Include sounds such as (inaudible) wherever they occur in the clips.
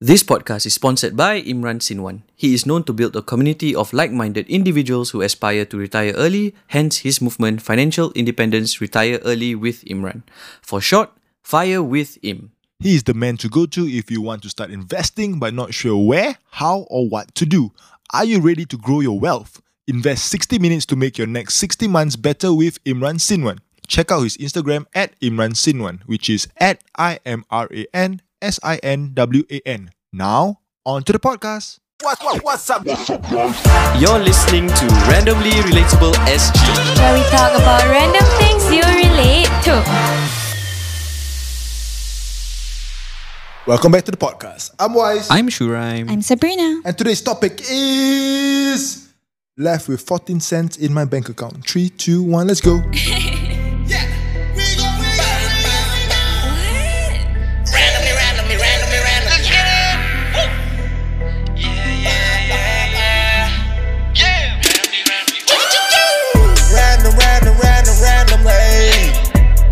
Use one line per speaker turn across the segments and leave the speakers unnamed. This podcast is sponsored by Imran Sinwan. He is known to build a community of like minded individuals who aspire to retire early, hence his movement Financial Independence Retire Early with Imran. For short, Fire with Im.
He is the man to go to if you want to start investing but not sure where, how, or what to do. Are you ready to grow your wealth? Invest 60 minutes to make your next 60 months better with Imran Sinwan. Check out his Instagram at Imran Sinwan, which is at I M R A N S I N W A N. Now, on to the podcast.
You're listening to Randomly Relatable SG.
where we talk about random things you relate to.
Welcome back to the podcast. I'm Wise.
I'm Shuraim.
I'm Sabrina.
And today's topic is left with 14 cents in my bank account. Three, two, one, let's go.
Randomly, randomly, randomly, randomly. Woo. Random, random, random, randomly.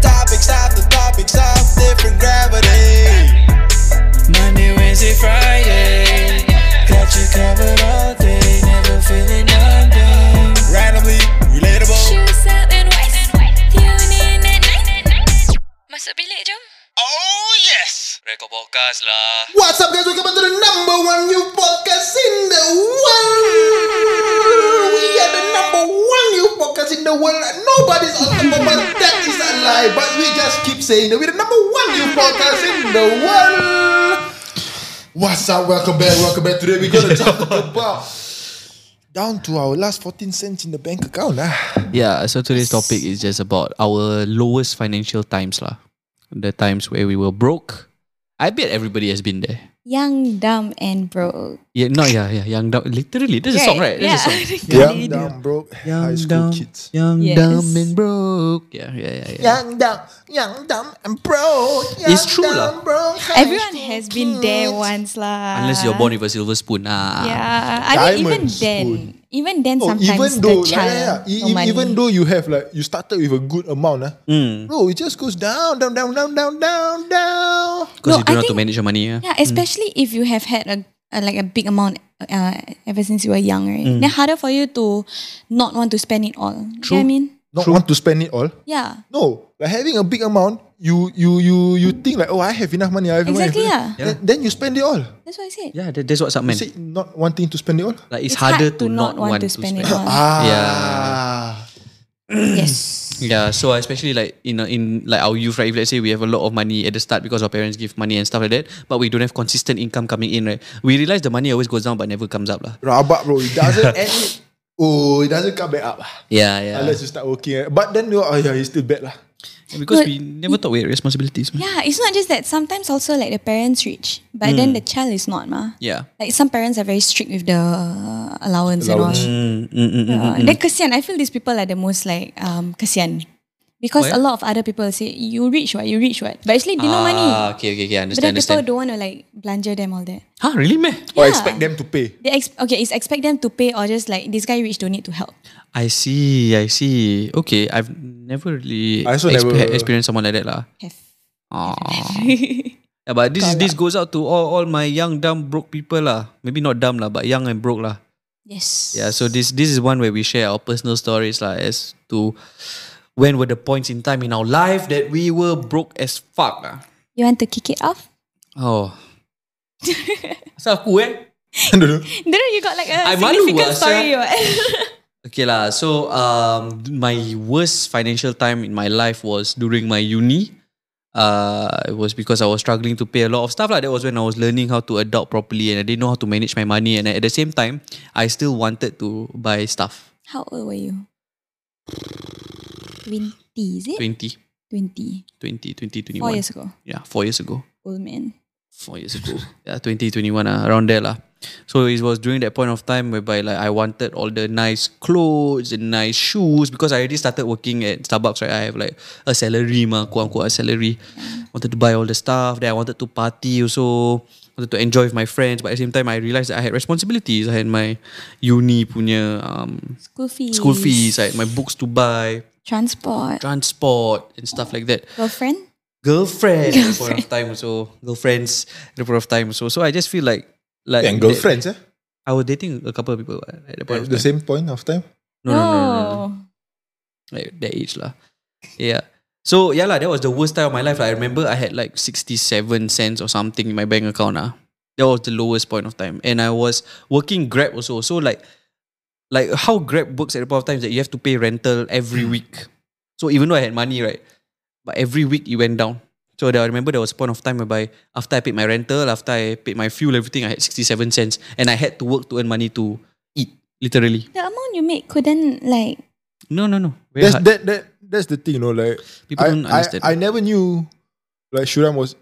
Topics of the topics of different gravity. Monday, Wednesday, Friday. Got you covered all day. Never feeling under. Randomly, relatable.
Shoes up and wise. Tune in at night. Masuk bilik jom.
Oh, yes. Rekor podcast lah.
What's up, guys? Welcome back to the number one new podcast in the world. We are the number one new podcast in the world. Nobody's on the moment. That is a lie. But we just keep saying that we're the number one new podcast in the world. What's up? Welcome back. Welcome back. Today
(laughs)
we're gonna talk about down to our last 14 cents in the bank account. Ah.
Yeah, so today's topic is just about our lowest financial times lah. The times where we were broke. I bet everybody has been there.
Young, dumb, and broke.
Yeah, no, yeah, yeah, young dumb. Literally, this is a song, right? This is a song.
Yeah.
Young, dumb, broke, high school kids.
young,
Yes.
dumb, and broke. Yeah, yeah, yeah, yeah.
Young, dumb, young, dumb, and broke. Young,
It's true lah.
dumb, broke, high
(laughs) Everyone
school
has been there
kids.
once lah.
Unless you're born with a silver spoon, ah.
Yeah. I mean, even
Diamond
then,
spoon.
even then,
Oh,
sometimes
even though,
the
yeah,
child,
yeah, yeah. E-
no
e-
money.
even though you have like you started with a good amount, ah,
Hmm.
bro, it just goes down, down, down, down, down, down, down.
Because
No,
you don't
I
know how to
think-
manage your money. Yeah.
yeah, especially if you have had a, a like a big amount uh, ever since you were young, right?
Mm.
Then harder for you to not want to spend it all. You know what I mean?
Not want to spend it all.
Yeah.
No, like having a big amount, you you you you think like, oh, I have enough money. I have enough
Exactly,
money.
yeah.
Then, then you spend it all.
That's what I said.
Yeah, that, that's what's up, man.
You say not wanting to spend it all.
Like it's,
It's hard
harder
to not want to spend
(laughs)
it all.
Ah,
(laughs) Yes.
Yeah, so especially like in a, in like our youth, right? If let's say we have a lot of money at the start because our parents give money and stuff like that, but we don't have consistent income coming in, right? We realize the money always goes down but never comes up, lah.
rabak, bro. It
(laughs)
doesn't end. It. Oh, it doesn't come back up ah,
Yeah, yeah.
unless you start working. eh. But then you, oh yeah, it's still bad lah.
because
But-
we never thought we had responsibilities. Man.
Yeah, it's not just that. Sometimes also like the parents rich, but then
Mm.
the child is not, ma.
Yeah.
Like some parents are very strict with the uh, allowance,
Allowance.
and all.
Mm,
Uh, then kesian. I feel these people are the most like um kesian. Because
Why?
a lot of other people say, you rich what, you rich what. But actually, they
Ah,
no money.
okay, okay, okay. I
But
understand,
then people
understand.
don't want to like belanja them all that.
Huh, really, man?
Or
Yeah.
expect them to pay. (laughs)
They ex- okay, it's expect them to pay or just like, this guy rich don't need to help.
I see, I see. Okay, I've never really
I also
expe-
never-
experienced someone like that, lah.
Have.
Aw. Yeah, but this is this goes out to all, all my young dumb broke people lah. Maybe not dumb lah, but young and broke lah.
(laughs) yes.
Yeah, so this this is one where we share our personal stories lah as to when were the points in time in our life that we were broke as fuck lah.
You want to kick it off?
Oh. (laughs) Asal aku eh?
Don't know, you got like a
I malu
significant
ah,
story. what? (laughs)
Okay lah, so um my worst financial time in my life was during my uni. Uh, it was because I was struggling to pay a lot of stuff. Like that was when I was learning how to adopt properly, and I didn't know how to manage my money. And at the same time, I still wanted to buy stuff.
How old were you? 20, is it?
20,
20.
20, 20, 21.
Four years ago.
Yeah, four years ago.
Old man.
four years ago. (laughs) yeah, 2021 ah, around there lah. So it was during that point of time whereby like I wanted all the nice clothes and nice shoes because I already started working at Starbucks, right? I have like a salary ma, quote unquote a salary. Wanted to buy all the stuff. Then I wanted to party also. Wanted to enjoy with my friends. But at the same time, I realized that I had responsibilities. I had my uni punya um,
School fees.
school fees. I had my books to buy,
Transport.
transport and stuff like that.
Girlfriend?
girlfriend, at the point of time also girlfriends at the point of time also. So I just feel like like
and girlfriends, eh?
I was dating a couple of people uh, at the point of
the
time.
same point of time.
No, no, no,
Oh.
no, no, no. Like that age lah. Yeah. So yeah lah, that was the worst time of my life. lah. I remember I had like sixty-seven cents or something in my bank account. Ah, that was the lowest point of time, and I was working Grab also. So like, like how Grab works at the point of time is that you have to pay rental every
Hmm.
week. So even though I had money, right, but every week it went down. So there, I remember there was a point of time whereby after I paid my rental, after I paid my fuel, everything, I had sixty-seven cents, and I had to work to earn money to eat. Literally,
The amount you make couldn't like
no, no, no. Very
That's
hard.
that, that that's the thing, you know. Like
People
I,
don't
I,
understand.
I never knew like Shuram was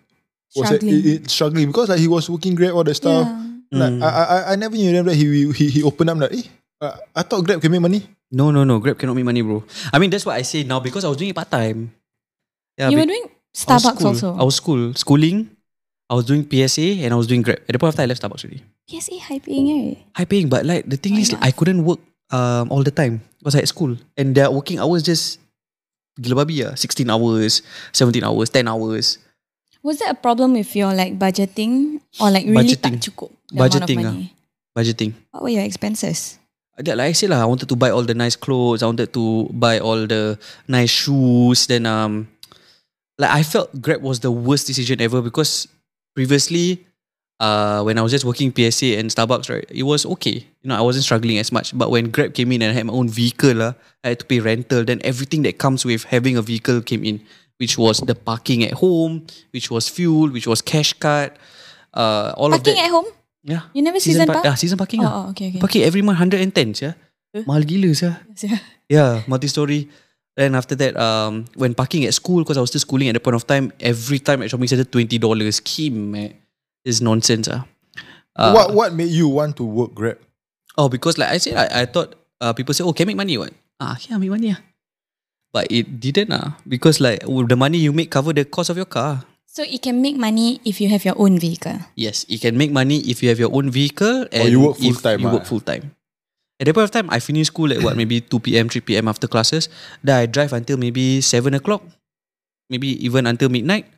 was like,
Struggling.
i- i- struggling because like he was working great all the stuff.
yeah.
Like,
Mm.
I, I I- I never knew them that he he he opened up like eh, uh, I thought Grab can make money.
No, no, no. Grab cannot make money, bro. I mean, that's what I say now because I was doing it part time. Yeah,
you
be-
were doing
I was
Starbucks
school.
also.
I was school, schooling. I was doing PSA and I was doing Grab. At the point of time, I left Starbucks already.
PSA high paying, right?
High paying, but like the thing
Why
is,
not?
I couldn't work um all the time because I at school and their working hours just gila babi ah. Sixteen hours, seventeen hours, ten hours.
Was that a problem with your like budgeting or like really
Budgeting.
tak cukup the amount of
Budgeting, ah.
money?
Budgeting.
What were your expenses?
That, like I said lah, I wanted to buy all the nice clothes. I wanted to buy all the nice shoes. Then um, like I felt Grab was the worst decision ever because previously, uh, when I was just working PSA and Starbucks, right, it was okay. You know, I wasn't struggling as much. But when Grab came in and I had my own vehicle, lah, I had to pay rental. Then everything that comes with having a vehicle came in, which was the parking at home, which was fuel, which was cash card, uh, all of that.
Parking at home?
yeah.
You never
Season,
season,
par-
park?
ah, season parking lah.
Oh, oh, okay, okay.
Pakai every month 110 sia. Mahal gila sia.
Yeah.
Yeah, multi-story. Then after that, um, when parking at school, because I was still schooling at the point of time, every time at shopping center, $20. Kim, eh. It's nonsense. Ah. Uh,
what what made you want to work Grab?
Oh, because like I said, I, I thought uh, people say, oh, can make money, what? Ah, yeah, make money. ah. But it didn't. Ah, because like w- the money you make cover the cost of your car.
(laughs) So it can make money if you have your own vehicle.
Yes, you can make money if you have your own vehicle and
you work
if
full-time,
You
ah.
work full time. At that point of time, I finish school at what maybe two p.m., three p.m. after classes. Then I drive until maybe seven o'clock, maybe even until midnight.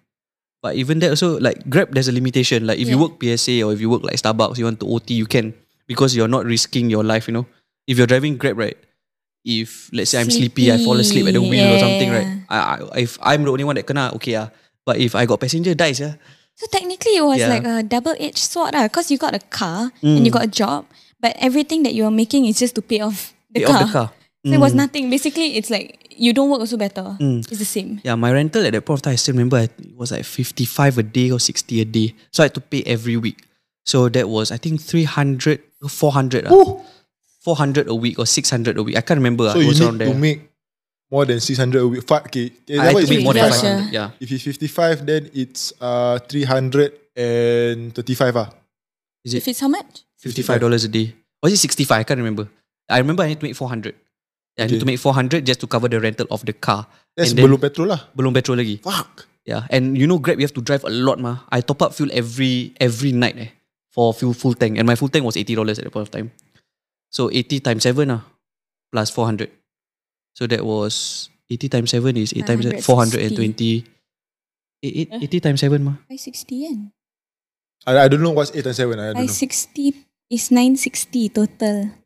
But even that also like Grab, there's a limitation. Like if you
Yeah.
work PSA or if you work like Starbucks, you want to OT, you can because you're not risking your life. You know, if you're driving Grab, right? If let's say I'm sleepy, I fall asleep at the wheel or something, right? I, I, if I'm the only one that kena, okay ah. But if I got passenger dies, yeah.
So technically it was
Yeah. Mm.
like a double-edged sword because you got a car and you got a job but everything that you're making is just to pay off the,
pay
car.
off the car.
So it was nothing. Basically it's like you don't work also better.
Mm.
It's the same.
Yeah, my rental at that point of time, I still remember I think it was like 55 a day or 60 a day. So I had to pay every week. So that was, I think, 300, 400. ah. 400 a week or 600 a week. I can't remember. ah,
So
it
you
was around
need to
there.
make more than six hundred a week. Five, okay,
I had to
is
make more than
Yeah,
500.
sure.
Yeah.
If it's fifty five, then it's uh three hundred and thirty five ah.
Is
If
it
it's how much?
$55 a day? Or is it 65? I can't remember. I remember I need to make 400. Yeah, I need
Okay.
to make 400 just to cover the rental of the car.
That's
And then-
belum petrol lah.
Belum petrol lagi.
Fuck.
Yeah, and you know Grab you have to drive a lot ma. I top up fuel every every night eh for fuel full tank and my full tank was eighty dollars at the point of time. So eighty times seven ah plus four hundred. So that was eighty times seven is eight times four hundred and twenty. Eh, Eight,
Uh.
eight- 80 times seven ma.
560 yen.
I, I don't know what's eight and seven. I don't know.
560 is 960 total.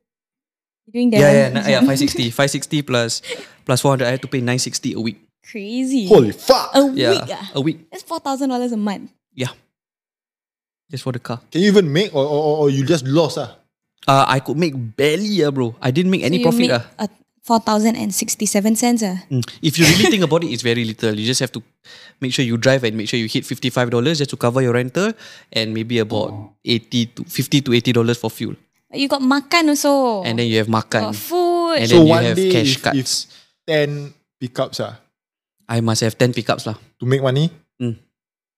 You're doing that
Yeah yeah
one.
na- yeah five sixty five sixty plus plus four hundred. I had to pay nine sixty a week.
Crazy.
Holy fuck!
a
Yeah,
week. ah.
a week
That's $4,000 a month.
just for the car.
Can you even make or, or, or- or you just lost ah?
Uh, I could make barely ah bro. I didn't make any
So you
profit
make
ah.
a 4,067 cents. ah.
Mm. If you really think about it, it's very little. You just have to make sure you drive and make sure you hit fifty-five dollars just to cover your rental, and maybe about eighty to fifty to eighty dollars for fuel,
But You got makan also.
and then you have makan,
got food.
and
So
then you
one
have
day
cash
if-
cards.
if- Ten pickups ah
I must have ten pickups lah
to make money.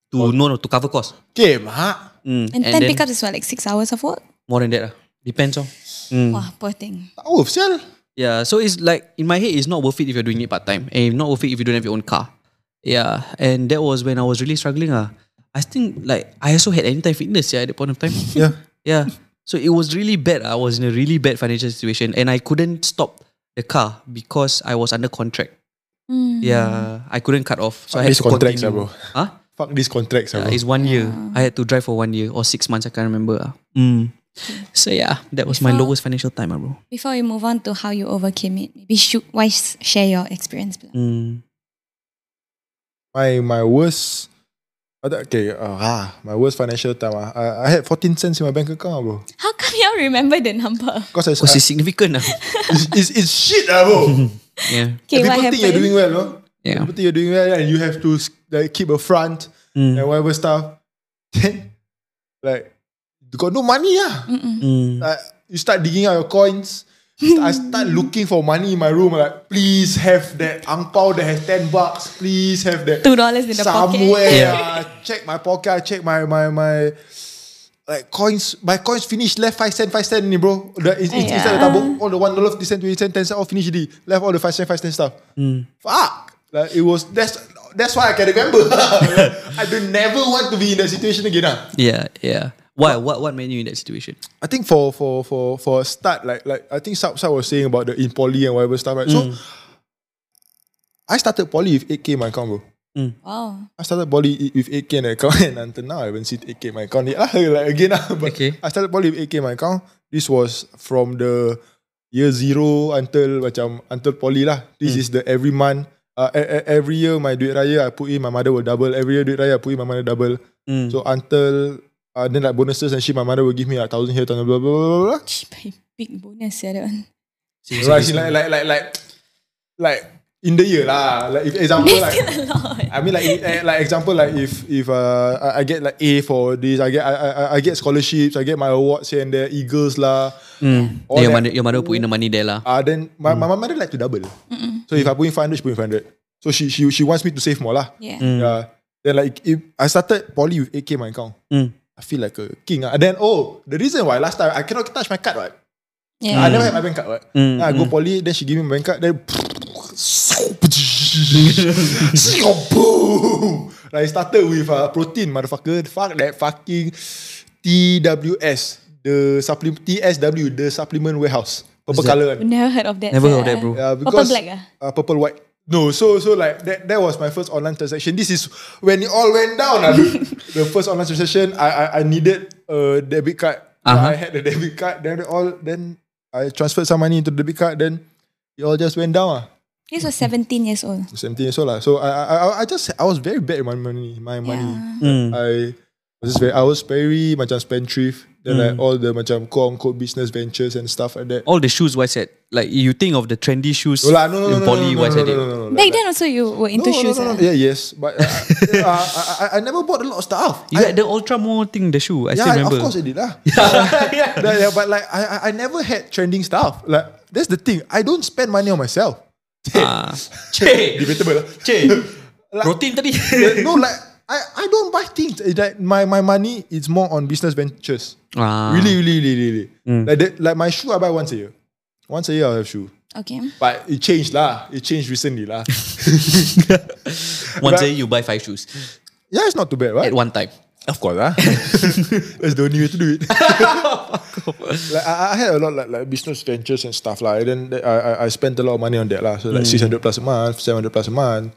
to no no to cover cost.
Okay, mak.
Mm.
and, 10
then
pickups is what, like 6 hours of work?
more than that lah. Depends on. Mm.
Wah, poor thing.
Tak worth sel.
Yeah, so it's like in my head, it's not worth it if you're doing it part time, and not worth it if you don't have your own car. Yeah, and that was when I was really struggling. Ah, I think like I also had anytime fitness. Yeah, at that point of time.
Yeah.
yeah. So it was really bad. I was in a really bad financial situation, and I couldn't stop the car because I was under contract.
Mm.
Mm.
Yeah, I couldn't cut off, so I had
These
to
contracts lah,
continue.
bro.
Huh?
Fuck these contracts lah,
Yeah,
bro.
it's one year. I had to drive for one year or six months. I can't remember. ah. Mm. So yeah, that was my
Before-
lowest financial time, ah, bro.
Before we move on to how you overcame it, maybe should why s- share your experience? pula?
Mm.
My my worst. I thought- Okay, uh, ah, my worst financial time. ah, I, I had 14 cents in my bank account, ah, bro.
How come you all remember the number?
Because I,
Because
I
it's significant.
(laughs)
ah.
it's, it's, it's shit, ah, bro.
yeah,
(laughs) Okay,
people
what
think you're doing
happened?
well, no?
yeah.
People think you're doing well, and you have to like, keep a front
Mm.
and whatever stuff. (laughs) Then, like, you got no money, ah.
Mm.
Like, you start digging out your coins. I start looking for money in my room. Like, please have that ang pao that has 10 bucks. Please have that.
Two dollars in the pocket.
Somewhere.
Yeah.
ah, check my pocket. I check my, my, my, like coins. My coins finished. Left 5 cent, 5 cent ni bro. The, it's, it's, Inside the tabung. All the 1 dollar, 50 cent, 20 cent, 10 cent, all finished already. Left all the 5 cent, 5 cent stuff. Fuck. Like, it was, that's, that's why I can (laughs) remember. I do never want to be in that situation again. Ah.
Yeah, yeah. Why? What? What made you in that situation?
I think for for for for a start, like like I think Sab Sab was saying about the in poly and whatever stuff, right? So I started poly with 8k in my account, bro.
Wow.
I started poly i- with 8k in my account (laughs) and until now I haven't seen 8k in my account yet. (laughs) lah. like again, lah. but
Okay.
I started poly with 8k in my account. This was from the year zero until macam until poly lah. This is the every month. Uh, e- e- every year my duit raya I put in my mother will double. Every year duit raya I put in my mother double.
Mm.
So until uh, then like bonuses and shit, my mother will give me like thousand here, thousand blah blah blah blah. blah.
Gee, babe, Big bonus, yeah, that
(laughs)
one.
Seriously.
Right, like, like, like, like, like, in the year lah. Like, if example, like,
A lot.
I mean, like, if- eh, like example, like, if if uh, I- I get like A for this, I get I, I, I- I get scholarships, I get my awards here and there, Eagles lah.
Mm.
All
Then your
that.
mother, your mother put in the money there lah.
Uh, then my, my mother like to double. So if I put in five hundred, she put in five hundred. So she she she wants me to save more lah.
Yeah.
Yeah. Then like, if I started poly with 8k my account.
Mm.
I feel like a king. ah. And then oh, the reason why last time I cannot touch my card, right?
Yeah.
I never had my bank card, right?
Mm,
Then I go poly, then she give me my bank card, then (laughs) boom. Like it started with uh, protein, motherfucker. Fuck that fucking TWS, the supplement TSW, the supplement warehouse. Purple
that?
color one.
Never heard of that.
Never
sia.
heard of that, bro.
Yeah,
Purple
because
black ah.
uh, purple white. No, so so like that, that was my first online transaction. This is when it all went down. ah, (laughs) dude. the first online transaction, I I, I needed a debit card.
Uh-huh.
I had the debit card. Then it all then I transferred some money into the debit card. Then it all just went down. Ah,
This was 17 years old.
same thing. So lah. So I I I- I just I was very bad with my money. My money.
Yeah.
Mm.
I was just very I was very macam spendthrift. Then
Mm.
like all the macam quote unquote business ventures and stuff like that.
All the shoes why said like you think of the trendy shoes
No, lah, no, no, no,
in
no,
poly why
no, no, no,
said
no,
it.
no, no, no,
Back then also you were into shoes. ah.
Yeah, yes, but uh, uh, I, I, I never bought a lot of stuff.
You
I-
had the ultra mo thing, the shoe. I
yeah,
still
I-
remember.
of course I did lah. (laughs) yeah. yeah, but like I, I, I never had trending stuff. Like that's the thing. I don't spend money on myself.
Ah. Che,
Debatable. lah.
che.
(laughs) Like-
Protein tadi.
no, like I, I don't buy things. It's like my, my money is more on business ventures.
(laughs) Ah.
(laughs) Really, really, really, really. Like that, like my shoe, I buy once a year. Once a year, I have shoe.
Okay.
But it changed lah. It changed recently lah.
Once a
But-
year you buy five shoes
yeah, it's not too bad, right?
at one time.
Of course, ah. (laughs) That's the only way to do it. like I, I had a lot like, like business ventures and stuff like. Then I, I I spent a lot of money on that lah. So like six hundred plus a month, seven hundred plus a month.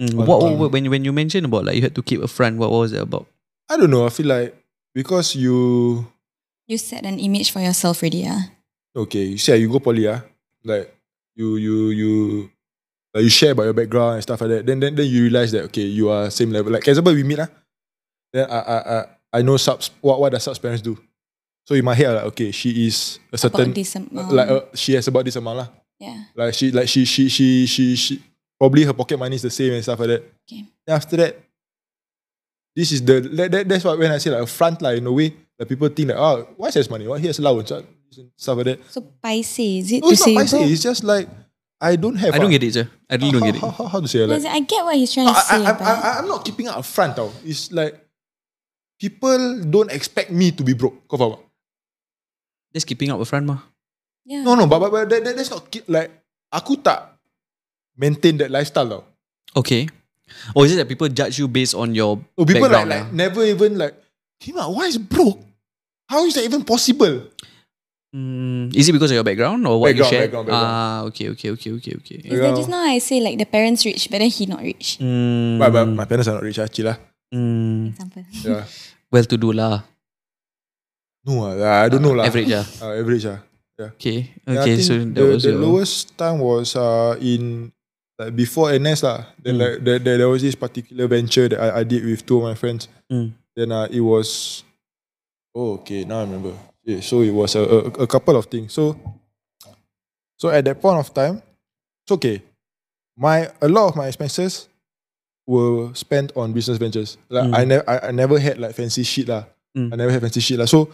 mm, What, what- when you- when you mentioned about like you had to keep a front, what, what was it about?
I don't know. I feel like because you
You set an image for yourself already. Ah.
okay, you see, ah, you go poly ah, like you you you. Like you share about your background and stuff like that. Then, then, then you realize that okay, you are same level. Like example, we meet lah. Then I, I, I, I know subs. What, what does subs parents do? So in my head, I'm like okay, she is a certain
About this amount.
like uh, she has about this amount lah.
yeah.
Like she like she she she she she probably her pocket money is the same and stuff like that.
Okay.
Then after that, this is the that, that, that's what when I say like a front line in a way that people think that oh why she has money? Why he has allowance? Ah, Stuff like that.
So paise is it
No,
to
it's
say
not
you
paiseh.
broke?
It's just like I don't have.
I don't get it, sir. I really don't
(laughs)
get it.
How, how, how to say ah,
No,
like,
as in, I get what he's trying to
I,
say.
I, I,
but
I, I'm not keeping up a front tau. It's like people don't expect me to be broke. Kau faham? tak?
Just keeping up a front mah.
yeah.
No no, but, but, but that, that, that's not ki- like aku tak maintain that lifestyle tau.
Okay. Or is it that people judge you based on your
Oh, people like,
background?
like
ah?
never even like, Kima, why is broke? How is that even possible?
Mm, is it because of your background or what
Background,
you shared?
background, background.
Ah, okay, okay, okay, okay, okay.
Is that just now I say like the parents rich, but then he not rich.
Mm,
But, but my parents are not rich, ah, chill
(laughs)
lah.
mm,
Example.
Yeah.
well to do lah.
No, ah, I don't know lah.
Average lah.
Ah, average ah.
Okay,
Yeah, I
okay.
think
So that
the,
was
the
your
lowest time was uh, in like before NS lah.
Mm.
Then like there, there, there was this particular venture that I, I did with two of my friends.
Mm.
Then uh, it was oh okay now I remember. Yeah, so it was a, a, a couple of things. So so at that point of time, it's okay. My a lot of my expenses were spent on business ventures. Like
Mm.
I, ne- I I never had like fancy shit lah.
Mm.
I never had fancy shit lah. So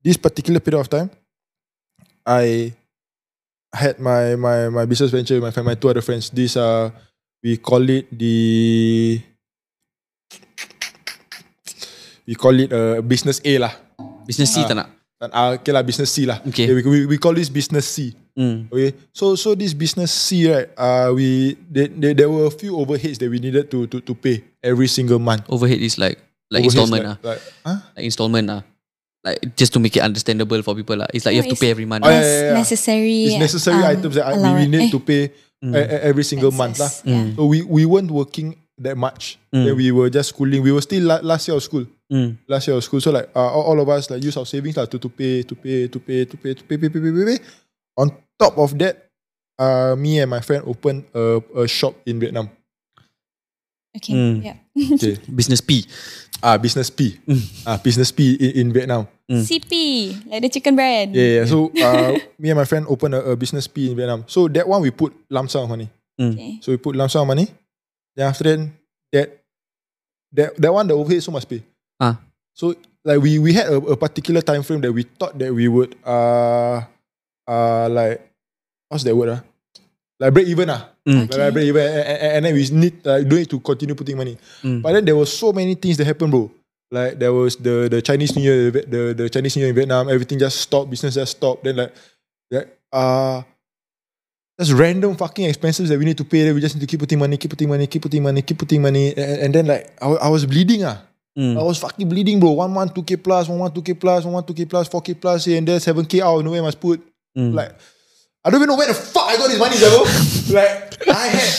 this particular period of time, I had my my my business venture with my friend, my two other friends. These are we call it the we call it a uh, business A lah.
business C
Ah.
tak nak?
And, uh, okay lah, business C lah.
Okay.
we, we, we call this business C.
Mm.
Okay. So so this business C right, uh, we they, they, there were a few overheads that we needed to to, to pay every single month.
Overhead is like like
Overheads
installment
like,
lah.
like, huh?
like installment ah. Like just to make it understandable for people lah. It's like you
No,
have to
it's-
pay every month.
Oh,
lah.
yeah, yeah, yeah.
Necessary.
It's necessary
um,
items that I, we, we
allowance-
need
eh,
to pay
Mm.
e- e- every single month lah. Mm.
expenses. Yeah.
So we we weren't working that much.
Mm.
Then we were just schooling. We were still la- last year of school.
Mm.
Last year of school. So like uh, all, all of us like use our savings lah to to pay to pay to pay to pay to pay pay pay pay pay. pay. On top of that, uh, me and my friend opened a, a shop in Vietnam.
Okay.
Mm.
Yeah.
Okay.
Business P.
Ah, business P. Ah, business P in, in Vietnam.
Mm.
CP, like the chicken brand.
Yeah, yeah. So uh, me and my friend opened a, a business P in Vietnam. So that one we put lump sum of money.
Okay.
So we put lump sum of money. Then after that, that that that one the overhead so must pay.
Ah.
So like we we had a, a particular time frame that we thought that we would uh uh like what's that word ah like break even ah
Mm.
like, like break even and, and, and then we need like do it to continue putting money.
Mm.
But then there were so many things that happened, bro. Like there was the the Chinese New Year, the the, the Chinese New Year in Vietnam. Everything just stopped. Business just stopped. Then like, like uh just random fucking expenses that we need to pay. That we just need to keep putting money, keep putting money, keep putting money, keep putting money. And, and- and then like I, wa- I was bleeding ah.
Mm.
I was fucking bleeding, bro. One month, two k plus, one month, two k plus, one month, two k plus, four k plus, here and there, seven k out. No way must put.
Mm.
Like I don't even know where the fuck I got this money, bro. like I had.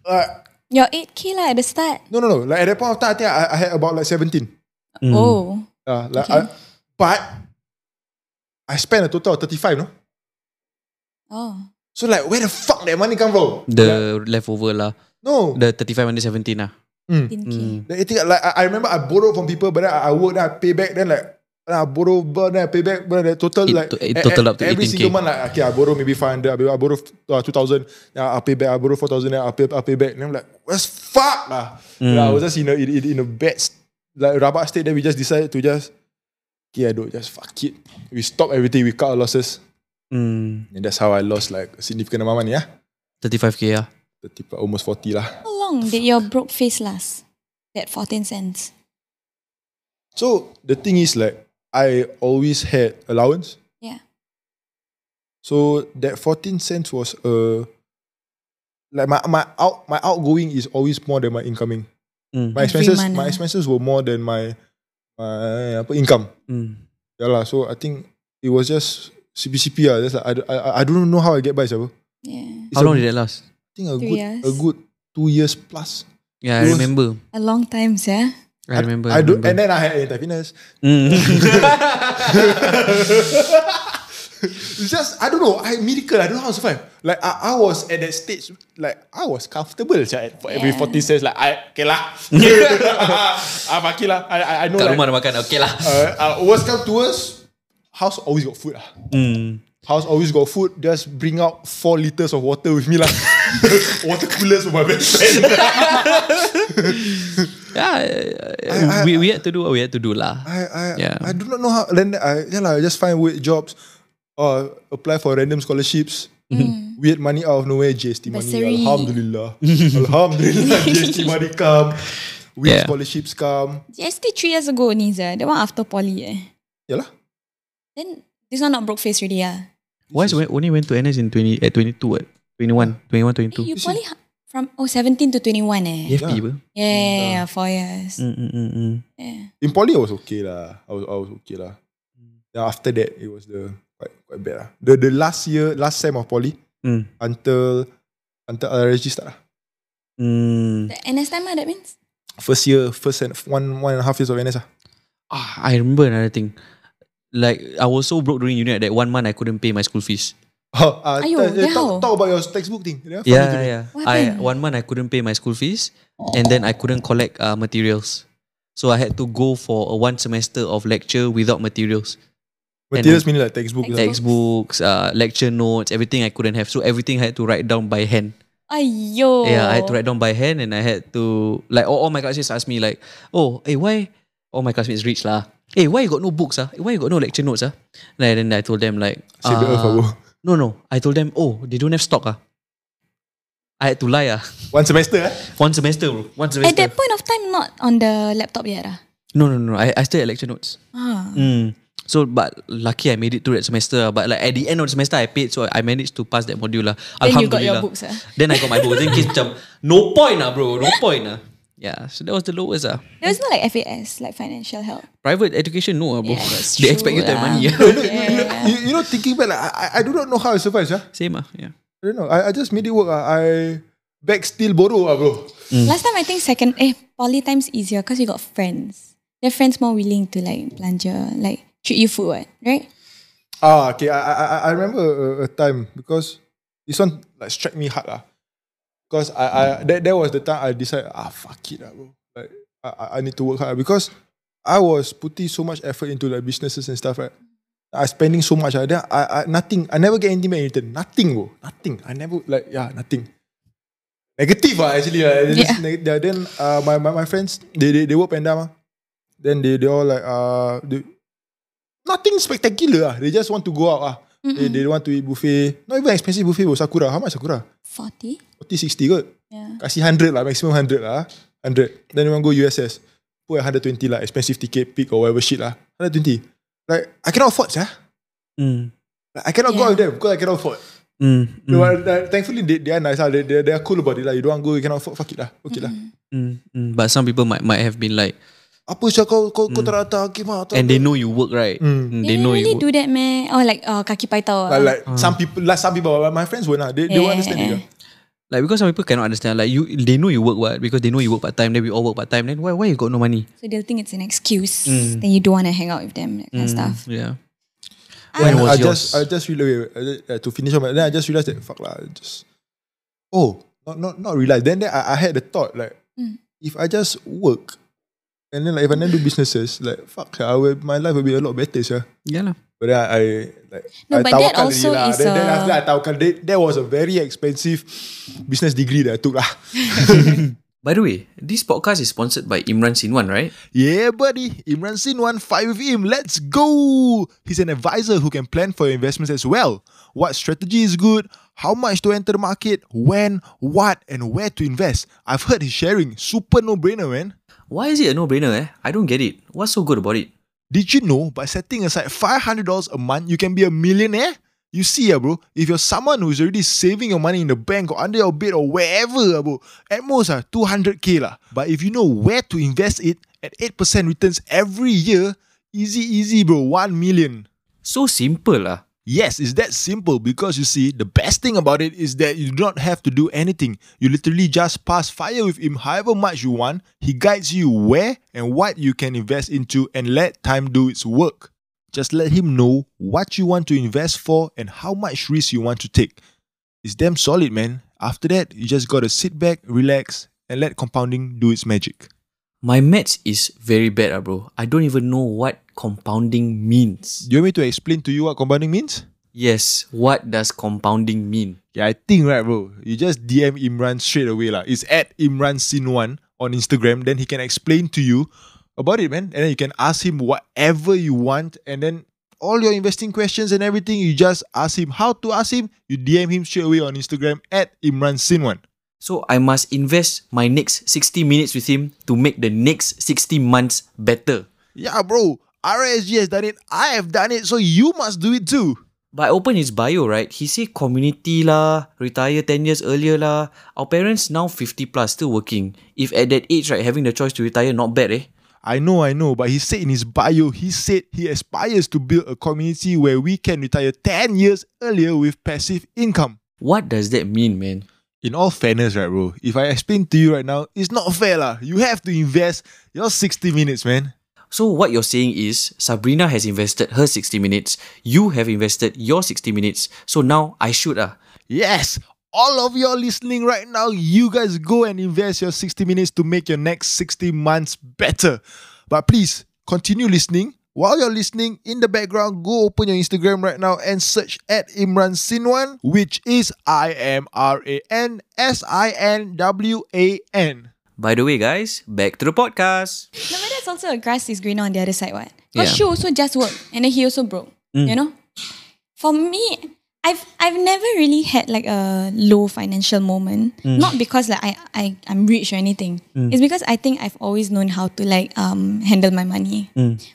Like,
Your 8K lah at the start.
no, no, no. Like at that point of time, I think I, I had about like 17.
Mm.
Oh.
Yeah, like I,
Okay.
but I spent a total of 35, no?
Oh.
So like where the fuck that money come from?
The leftover lah.
No.
The 35 under 17 lah.
Dinky.
Mm.
Like, I think, like I, I remember I borrowed from people, but then I, I work, then I pay back, then like then I borrow, but then I pay back, but then the total
It
like
to- it
e-
total
e-
up to
every
18K.
single month like okay, I borrow maybe 500, I borrow, I borrow uh, 2000, then I pay back, I borrow 4000, then I pay, I pay back, and I'm like, what's fuck lah?
Mm.
Then I was just in a in, in- in a bad st- like rabat state. Then we just decided to just yeah, dude, just fuck it. We stop everything, we cut our losses.
Mm.
And that's how I lost like a significant amount of money, yeah.
35k lah.
30, plus- almost 40 lah.
How long did your broke face last? That 14 cents.
So the thing is like I always had allowance.
Yeah.
So that 14 cents was uh like my, my out my outgoing is always more than my incoming.
Mm.
My
Every
expenses
month,
my
ah.
expenses were more than my my apa, income.
Mm.
Yeah lah. So I think it was just CPCP lah. That's like I, I, I don't know how I get by. Siapa.
Yeah.
It's
How
a-
long did that last?
I think a
Three
good
years?
a good two years plus.
Yeah, I
It was-
remember.
A long time, yeah.
I remember.
I do,
remember.
and then I had anti fitness.
Mm.
(laughs) It's just I don't know. I miracle. I don't know how to survive. Like I, I was at that stage. Like I was comfortable. Sia, for every
Yeah.
forty cents, like I
(laughs)
okay lah. ah fuck it lah. I, I, I know.
Kat
Like,
rumah dah makan. Okay lah.
uh, uh, worst come to worst, house always got food. ah.
Mm.
House always got food. Just bring out four liters of water with me lah. (laughs) water coolers for my best friend.
Yeah,
I-
we, we had to do what we had to do lah.
I I
Yeah.
I do not know how. Then I yeah lah, I just find weird jobs, or apply for random scholarships.
Mm-hmm.
Weird money out of nowhere, GST money.
Mm. Bursary.
Alhamdulillah,
(laughs)
Alhamdulillah, GST money come. Weird
Yeah.
scholarships come.
GST three years ago ni, Zah. That one after poly, eh.
Yeah lah.
Then this one not broke face already, ah. yeah.
Why is when, only went to NS in 20 at 22 what? 21, 21, 22.
You poly ha- from oh 17 to 21, eh. Yeah,
EFP apa?
yeah, yeah, yeah, four years.
Mm, mm, mm, mm.
Yeah.
In poly, I was okay lah. I was I was okay lah. Then after that, it was the quite, quite bad lah. The, the last year, last sem of poly,
Mm.
until until RSG start lah.
Mm.
The NS time lah, that means?
First year, first and one one and a half years of NS (laughs) lah.
Ah, I remember another thing. Like I was so broke during uni that one month I couldn't pay my school fees.
Oh, uh,
Aiyo,
tell- eh,
then how?
talk, talk about your textbook thing. Yeah, funny to
Yeah,
me.
yeah.
What
I
happened?
one month I couldn't pay my school fees, and then I couldn't collect uh, materials. So I had to go for a one semester of lecture without materials,
Materials meaning like textbook.
Text-
lah.
textbooks, uh, lecture notes, everything I couldn't have. So everything I had to write down by hand.
Ayo.
Yeah, I had to write down by hand, and I had to like oh, all, all my classmates asked me like, oh, hey, why? All my classmates rich lah. Hey, why you got no books ah? Why you got no lecture notes ah? And then I told them like,
Save the earth,
"Ah,
bro.
No, no. I told them, oh, they don't have stock. Ah. I had to lie. Ah. (laughs)
One semester, eh?
One semester, bro. One
At
semester.
that point of time, not on the laptop yet ah.
no, no, no. I, I still had lecture notes.
Ah.
Mm. So, but lucky I made it through that semester. ah. But like at the end of the semester, I paid. So, I managed to pass that module. lah.
Then you got your
Alhamdulillah.
books ah.
Then I got my books. then kids macam, no point ah, bro. No point ah. Yeah, so that was the lowest ah.
There was no like FAS, like financial help.
Private education, no ah, bro.
Yeah, that's
they expect you to have
true
money.
lah.
ah.
Yeah.
You, you know, thinking back, like, I, I- I do not know how I survived, yeah?
(laughs) Same ah, yeah.
I don't know. I, I just made it work. ah. I back still borrow, ah, bro.
Mm.
Last time I think second eh poly times easier because you got friends. Your friends more willing to like plunge your like treat you food, what, right?
Ah, okay. I I, I- I remember a, a time because this one like struck me hard lah. Because I, I that, that was the time I decided ah fuck it lah, bro. Like I, I- I need to work hard ah. because I was putting so much effort into like businesses and stuff right. I spending so much. ah. Then I, I nothing. I never get anything back in return. Nothing, bro. Nothing. I never like yeah nothing. Negative ah actually lah. It's just neg- yeah, then uh, my, my my friends they they, they work panda mah. Then they they all like uh they, nothing spectacular. Ah. They just want to go out. Ah. They, they want to eat buffet. Not even expensive buffet. Bro. Sakura. How much Sakura?
Forty.
40, 60 kot.
Yeah.
Kasih 100 lah. Maximum 100 lah. ah. 100. Then they want go USS. Put at 120 lah. Expensive ticket, pick or whatever shit lah. 120. Like, I cannot afford, sah.
Mm.
Like, I cannot go
Yeah.
out with them because I cannot afford.
Mm.
They
Mm.
were- like, thankfully, they, they are nice. lah. They, they, they are cool about it lah. You don't want go, you cannot afford. Fuck it lah. Okay lah.
Mm. Mm. But some people might might have been like,
Apa sah kau, kau, kau lah, tak datang. Okay, mah. tak
Mm. and they
datang.
know you work right.
Mm.
Mm, They know
really
you. Work.
do that, man. Or like oh kaki paitao.
Like, like
Ah.
some people, like some people, my friends were not. They, they won't understand it.
Yeah.
lah.
Like because some people cannot understand. Like you, they know you work what because they know you work part time. Then we all work part time. Then why why you got no money?
so they'll think it's an excuse.
Mm.
Then you don't want to hang out with them, that kind of stuff.
Yeah.
Then
When was
I
yours?
just I just realized uh, to finish up. my- Then I just realized that fuck lah. I Just oh not not not realize. Then, then I, I had the thought like
Mm.
if I just work and then like if I never do businesses like fuck lah, I will, my life will be a lot better sure.
yeah lah.
But then I, I like
No,
I
but that
tawakal
also
already lah.
is
then, then
a-
after that I tawakal. That, that was a very expensive business degree that I took lah.
By the way, this podcast is sponsored by Imran Sinwan, right?
Yeah, buddy.
buddy. Imran Sinwan, fight with him. Let's go. He's an advisor who can plan for your investments as well. What strategy is good? How much to enter the market? When? What? And where to invest? I've heard his sharing. Super no brainer, man.
Why is it a no-brainer eh? I don't get it. What's so good about it?
Did you know by setting aside $500 a month, you can be a millionaire? You see, ah, bro, if you're someone who's already saving your money in the bank or under your bed or wherever, ah, bro, at most ah, 200k lah. But if you know where to invest it at 8% returns every year, easy, easy, bro, 1 million.
So simple lah.
Yes, it's that simple because you see, the best thing about it is that you do not have to do anything. You literally just pass fire with him however much you want. He guides you where and what you can invest into and let time do its work. Just let him know what you want to invest for and how much risk you want to take. It's damn solid, man. After that, you just gotta sit back, relax, and let compounding do its magic.
My maths is very bad ah bro. I don't even know what compounding means.
Do you want me to explain to you what compounding means?
Yes, what does compounding mean?
Yeah, I think right, bro. You just DM Imran straight away, lah. It's at Imran Sinwan on Instagram. Then he can explain to you about it, man. And then you can ask him whatever you want. And then all your investing questions and everything, you just ask him how to ask him. You DM him straight away on Instagram at Imran Sinwan.
So I must invest my next 60 minutes with him to make the next 60 months better.
Yeah, bro. RSG has done it. I have done it. So you must do it too.
But I open his bio, right? He say community lah, retire 10 years earlier lah. Our parents now 50 plus, still working. If at that age, right, having the choice to retire, not bad eh.
I know, I know, but he said in his bio, he said he aspires to build a community where we can retire 10 years earlier with passive income.
What does that mean, man?
In all fairness, right, bro, if I explain to you right now, it's not fair, lah. You have to invest your 60 minutes, man.
So what you're saying is Sabrina has invested her 60 minutes, you have invested your 60 minutes, so now I should ah.
Yes, all of y'all listening right now, you guys go and invest your 60 minutes to make your next 60 months better. But please continue listening. While you're listening in the background, go open your Instagram right now and search at Imran Sinwan, which is I M R A N S I N W A N.
By the way, guys, back to the podcast.
No, but that's also a grass is greener on the other side, what?
Yeah.
Because she also just worked and then he also broke.
Mm.
You know? For me, I've I've never really had like a low financial moment.
Mm.
Not because like I, I, I'm rich or anything. It's because I think I've always known how to like um handle my money.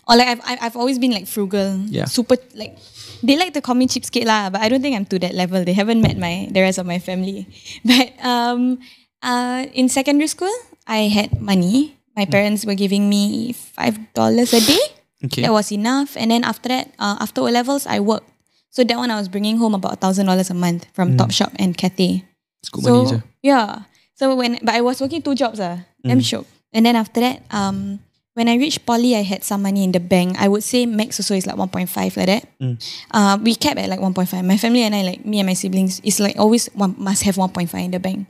Or like I've I've I've always been like frugal.
Mm. Yeah.
Super like they like to call me cheapskate lah, but I don't think I'm to that level. They haven't met my the rest of my family. (laughs) But um uh in secondary school I had money. My
Mm.
parents were giving me five dollars a day.
Okay.
That was enough. And then after that, uh, after O levels, I worked. So that one I was bringing home about thousand dollars a month from
Hmm.
Topshop and Cathay.
It's good money,
So
sir.
yeah. So when but I was working two jobs ah,
Hmm.
damn shook. And then after that, um, when I reached poly, I had some money in the bank. I would say max also is like one point five like that.
Hmm.
Uh, we kept at like one point five. My family and I, like me and my siblings, is like always one must have one point five in the bank.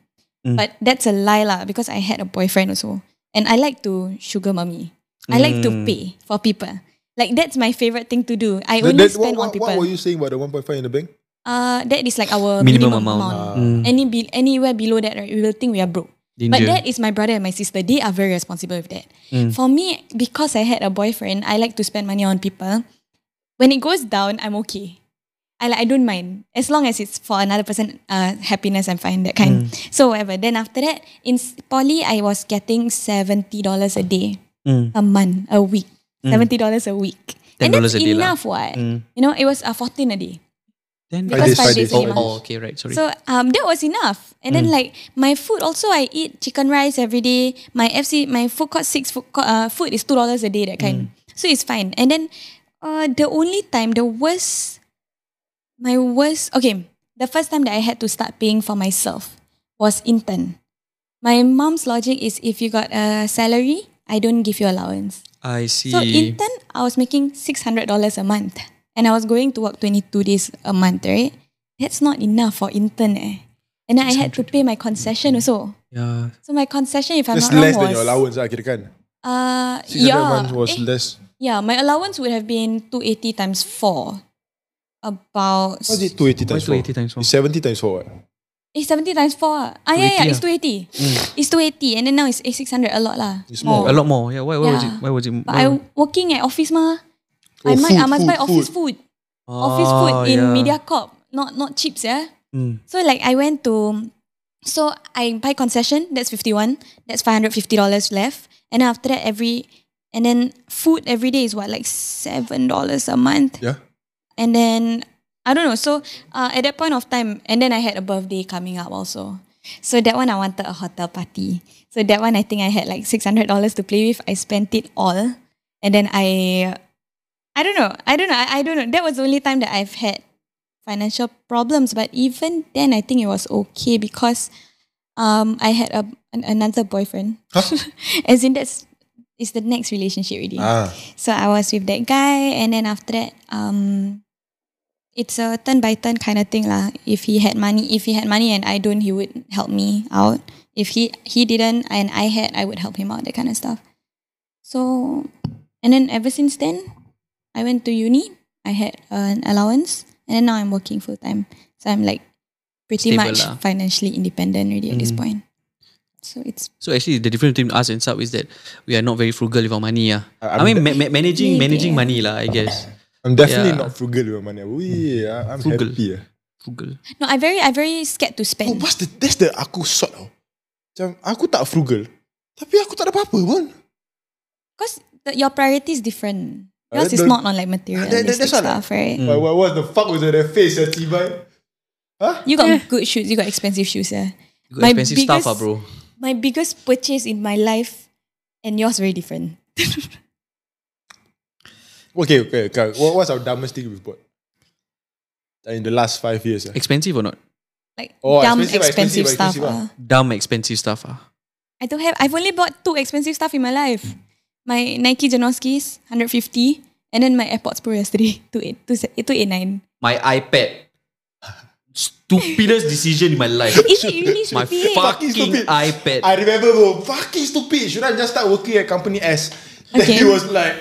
Hmm.
But that's a lie lah because I had a boyfriend also, and I like to sugar mommy. I like to
Hmm.
pay for people. Like that's my favorite thing to do. I
That-
only
that-
spend on
what, what,
people.
what were you saying about the 1.5 in the bank?
Uh, that is like our
Minimum
minimum, amount. Mm-hmm.
amount. Ah.
Any be- anywhere below that, right, we will think we are broke. But
Danger.
that is my brother and my sister. They are very responsible with that.
Mm.
For me, because I had a boyfriend, I like to spend money on people. When it goes down, I'm okay. I like, I don't mind as long as it's for another person uh, happiness. I'm fine that kind.
Mm.
So whatever. Then after that, in s- poly, I was getting seventy dollars a day,
Mm.
a month, a week, seventy dollars a week, and
$10
that's
Mm. a day lah. Mm.
enough. What you know, it was uh, fourteen a day.
Then
Because
days, five
five
days
days
only
only.
mah.
oh, oh, okay, right. Sorry. Mm.
So um, that was enough. And then like my food also, I eat chicken rice every day. My FC, my food court six food court, uh, food is two dollars a day that
Mm.
kind. So it's fine. And then uh, the only time the worst, my worst. Okay, the first time that I had to start paying for myself was intern. My mom's logic is if you got a salary, I don't give you allowance.
I see.
So intern, I was making six hundred dollars a month, and I was going to work twenty two days a month, right? That's not enough for intern, eh? And then I had to pay my concession also.
yeah.
So my concession, if I'm
That's
not
less
wrong,
than your
was
allowance lah kira kan.
uh
600 a
yeah
month was
eh,
less.
yeah my allowance would have been two eighty times four, about
What is it 280
Why
times
280 times
4?
4?
It's 70 times 4 what?
eh, seventy times four ah Ah, yeah yeah
280
it's
ah.
two eighty it's two eighty and then now it's eh, six hundred a lot lah
Mm. It's more.
Oh, A lot more. Yeah. Why, why was it?
Yeah.
Why Oh. was it?
but
why
I
was-
working at office mah I
Oh,
might
food,
I must
food,
buy office food. office food
Ah,
in
yeah.
MediaCorp. Not not cheap, yeah.
Mm.
So like I went to so I buy concession, that's fifty one, that's five hundred fifty dollars left. And then after that every and then food every day is what, like seven dollars a month.
Yeah.
And then I don't know. So uh, at that point of time, and then I had a birthday coming up also. So that one I wanted a hotel party. So that one I think I had like six hundred dollars to play with. I spent it all, and then I, I don't know. I don't know. I, I don't know. That was the only time that I've had financial problems. But even then, I think it was okay because, um, I had a an, another boyfriend. (laughs) As in that's is the next relationship already.
Ah.
So I was with that guy, and then after that, um, it's a turn by turn kind of thing lah. If he had money, if he had money and I don't, he would help me out. If he he didn't and I had, I would help him out. That kind of stuff. So, and then ever since then, I went to uni. I had an allowance, and then now I'm working full time. So I'm like pretty
Stable
much
lah. Mm.
financially independent already at this point. So it's
So actually, the difference between us and Sub is that we are not very frugal with our money. Yeah. I,
I
mean, ma- ma- managing
Yeah.
managing money lah. I guess
I'm definitely
Yeah.
not frugal with my money. We, I- I'm
Frugal.
happy. ah.
frugal.
no, I very I very scared to
Oh,
spend.
what's the, that's the aku sort tau. Macam, aku tak frugal. Tapi aku tak ada apa-apa pun.
Because the, your priority is different.
Uh,
Yours is
the-
not on like materialistic
that- that's Mm. what I-
stuff, right?
Hmm.
Why, why, what the fuck was that face, ah, Tibai?
You got good shoes. You got expensive shoes. Yeah.
You got
My
expensive stuff, ah,
biggest-
bro.
My biggest purchase in my life and yours very different.
Okay, okay, okay. What, what's our dumbest thing we've bought? In the last five years. ah?
Expensive or not?
Like
Oh,
dumb
expensive,
expensive,
expensive,
stuff.
expensive, ah.
ah.
Dumb expensive stuff. Ah.
I don't have. I've only bought two expensive stuff in my life. My Nike Janoskis, 150, and then my AirPods Pro yesterday, (laughs) 289.
(laughs)
My iPad. Stupidest decision in my life.
Is it really
My
stupid?
fucking
stupid.
iPad.
I remember, bro. Fucking stupid. Should I just start working at company S? Then
Okay.
he was like,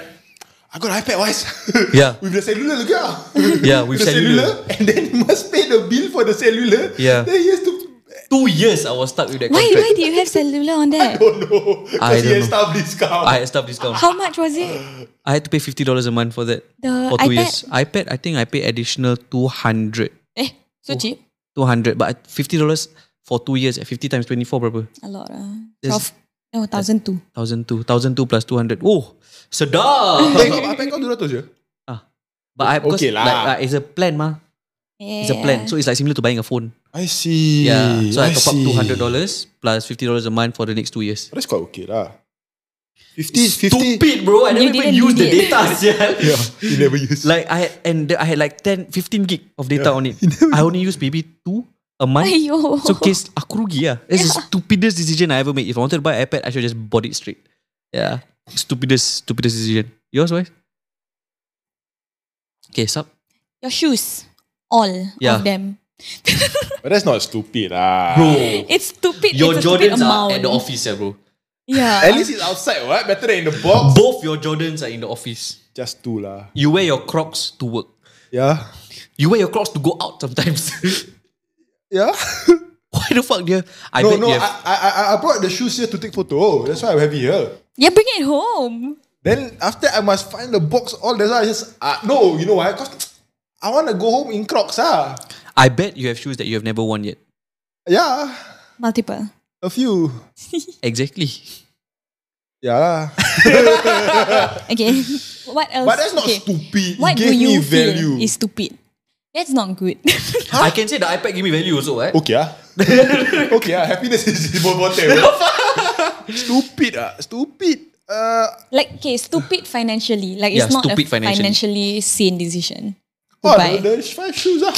I got an iPad, wise.
Yeah.
(laughs) with the cellular, look out.
Yeah, with
(laughs) the
cellular.
And then you must pay the bill for the cellular.
Yeah.
Then he has to. oh,
Two years I was stuck with that
why,
contract.
why do you have cellular on
(laughs)
that?
Oh no.
I
Because he
don't
has
know.
staff discount.
I had stuff discount.
How much was it?
I had to pay fifty dollars a month for that
The
for two
Uh, iPad?
years. iPad, I think I paid additional 200
Eh, so
Oh.
cheap.
200 but at fifty dollars for two years at fifty times twenty four berapa?
A lot. ah.
There's-
Prof, no, 1002.
Thousand two, thousand two plus two hundred. Oh, sedap.
(laughs) Then kau (laughs) iPad kau 200 je?
but I because
Okay lah.
like, uh, it's a plan, ma.
Yeah.
It's a plan, so it's like similar to buying a phone.
I Eh, see.
Yeah. So I, top up two hundred dollars plus fifty dollars a month for the next two years.
That's quite okay lah. 50, 50.
Stupid, bro. I
You
never even
didn't
use
need
the
it.
(laughs)
data. sia.
(laughs) Yeah, you never use.
Like I had, and the- I had like 10, 15 gig of data on
(laughs)
it. I only use maybe two a month.
Aiyo.
So case aku rugi lah. That's the stupidest decision I ever made. If I wanted to buy iPad, I should just bought it straight. Yeah. Stupidest, stupidest decision. Yours, why? Okay, sub.
(laughs) Your shoes. All
Yeah.
of them.
but that's not stupid lah.
Bro.
It's stupid.
Your
it's a
Jordans
stupid amount.
are at the office, eh, bro.
(laughs)
Yeah.
At least it's outside, what? Better than in the box.
Both your Jordans are in the office.
Just two lah.
You wear your Crocs to work.
Yeah.
You wear your Crocs to go out sometimes.
Yeah.
(laughs) Why the fuck, dear? I
(laughs) No,
bet
no,
you
I,
have,
I, I- I brought the shoes here to take photo. That's why I have it here.
yeah, bring it home.
Then after I must find the box. All that's why I just uh, no. You know why? Cause I want to go home in Crocs. Ah,
I bet you have shoes that you have never worn yet.
yeah,
Multiple.
a few.
Exactly.
Yeah,
Okay. (laughs) what else?
but that's not
okay.
stupid.
What
it
do
gave
you
me value.
feel is stupid? That's not good. (laughs)
I can say the iPad give me value also, eh?
okay ah. (laughs) okay ah. Happiness is (laughs) important. stupid ah. Stupid. Uh,
like, okay, stupid financially. Like,
Yeah,
it's not a
stupid financially.
financially sane decision.
oh,
(laughs) Goodbye.
the, the five shoes ah.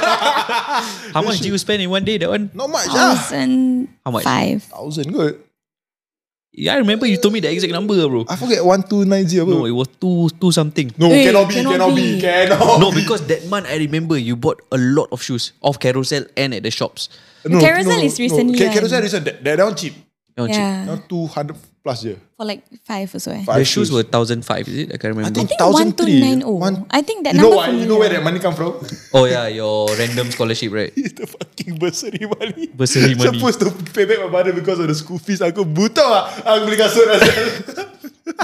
(laughs)
How much do you spend in one day? That one?
Not much ah.
Thousand
How much?
five.
Thousand good.
Yeah, I remember you told me the exact number, bro.
I forget one two nine zero.
No, it was two, two something.
No,
Eh,
cannot be,
cannot
cannot be,
be.
cannot.
No, because that month I remember you bought a lot of shoes off Carousel and at the shops.
Carousel is recently
Ca-
one.
Carousel recent. That, that one cheap.
That one cheap.
Yeah.
That one two hundred plus je.
For like five or so. Eh.
The shoes were thousand five, is it? I can't remember.
I think
I think 1290.
1003. One-
Oh, I think that
you
number
know why? You know
familiar.
where that money come (laughs) from?
Oh yeah, your random scholarship, right?
it's the fucking bursary money.
Bursary money.
Supposed to pay back my mother because of the school fees. Aku buta lah. Aku beli kasut lah.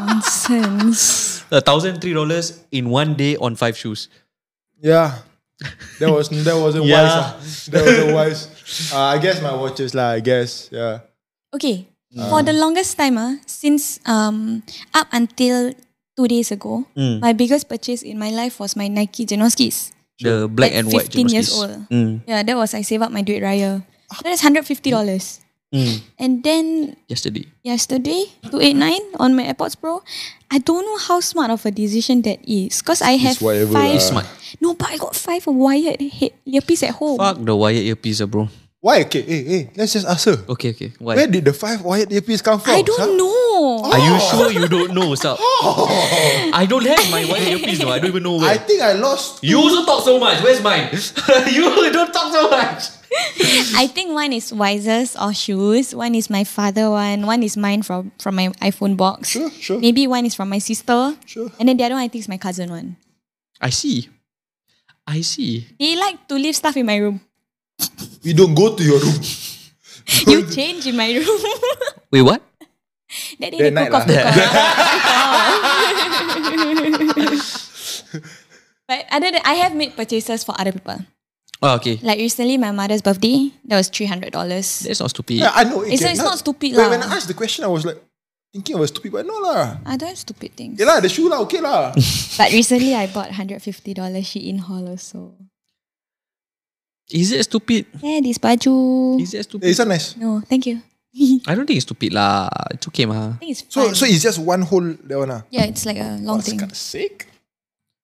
Nonsense.
A Uh, thousand three dollars in one day on five shoes.
(laughs) yeah. That was that wasn't
Yeah.
wise. ah. That wasn't wise. Uh, I guess my watches lah. I guess yeah.
Okay. For the longest time, ah, since um up until two days ago,
Mm.
my biggest purchase in my life was my Nike Genoskis.
The black and
At
white.
15 years
Janoskis.
old.
Mm.
Yeah, that was I save up my duit raya. That is hundred fifty dollars.
Mm.
And then
Yesterday.
yesterday, two eight nine on my AirPods Pro, I don't know how smart of a decision that is. Cause I have
whatever
five.
lah.
Smart.
No, but I got five wired head earpiece at home.
Fuck the wired earpiece, ah, bro.
Why? Okay, hey, hey, let's just ask her.
Okay, okay. Why?
Where did the five wired earpiece come from?
I don't know.
Are you sure you don't know,
(laughs)
sir? I don't have my wired earpiece, though. I don't even know
Oh.
where.
I think I lost.
You also talk so much. Where's
(laughs)
mine? you don't talk so much.
I think one is Wiser's or shoes. One is my father one. One is mine from from my iPhone box.
Sure, sure.
Maybe one is from my sister.
Sure.
And then the other one I think is my cousin one.
I see. I see.
They like to leave stuff in my room. (laughs)
We don't go to your room. (laughs)
You change in my room. (laughs)
Wait, what?
that day they
That night
cook off
lah.
cook
(laughs)
off. But other than I have made purchases for other people.
Oh, okay.
Like recently, my mother's birthday, that was three hundred dollars.
That's not stupid.
Yeah, I know.
It's,
okay,
it's
nah.
not stupid
When,
lah.
when I asked the question, I was like thinking I was stupid, but no lah.
I don't have Ah, stupid things.
Yeah lah, the shoe lah, okay (laughs) lah.
But recently, I bought hundred fifty dollars Shein haul also.
Is it stupid?
Yeah, this baju.
Is it stupid?
Eh, it's not nice.
No, thank you.
I don't think it's stupid lah. It's okay mah.
I think it's
So
fun.
so it's just one whole that one ah.
yeah, it's like a long
That's
thing.
kind of sick.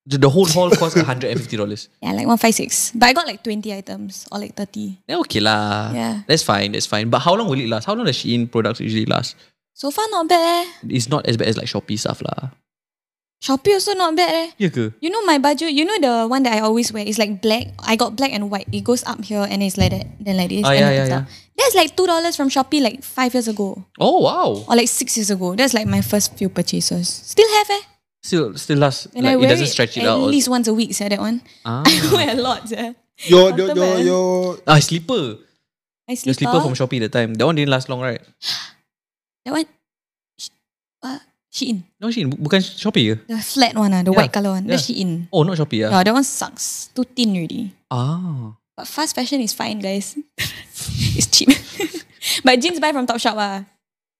The, the whole haul
(laughs)
costs hundred and fifty dollars.
Yeah, like one five six. But I got like twenty items or like thirty.
Then okay
Ah.
lah.
Yeah.
That's fine. That's fine. But how long will it last? How long does Shein products usually last?
So far not bad. Eh.
It's not as bad as like Shopee stuff lah.
Shopee also not bad. Eh.
Yeah ke?
You know my baju, you know the one that I always wear is like black. I got black and white. It goes up here and it's like that, then like this.
Ah,
and
yeah,
it
yeah,
comes down. That's like two dollars from Shopee like five years ago
Oh wow.
or like six years ago. That's like my first few purchases. Still have eh.
Still still lasts.
And I
Like, it
wear
doesn't stretch it
at
out. or-
(laughs) least once a week. Yeah, that one.
Ah.
I wear a lot. eh. Yeah.
Your your your,
Comfortable.
your
ah slipper.
My
Your
sleeper.
slipper from Shopee that time. That one didn't last long, right?
that one. Sh- Uh, Shein.
No Shein. bu- Bukan Shopee ke?
The flat one, ah, the
Yeah,
white color one. That's
yeah.
Shein.
Oh, not Shopee
No,
ah.
that one sucks. Too thin already.
Ah.
But fast fashion is fine, guys. (laughs) it's cheap. (laughs) but jeans buy from Topshop. Ah.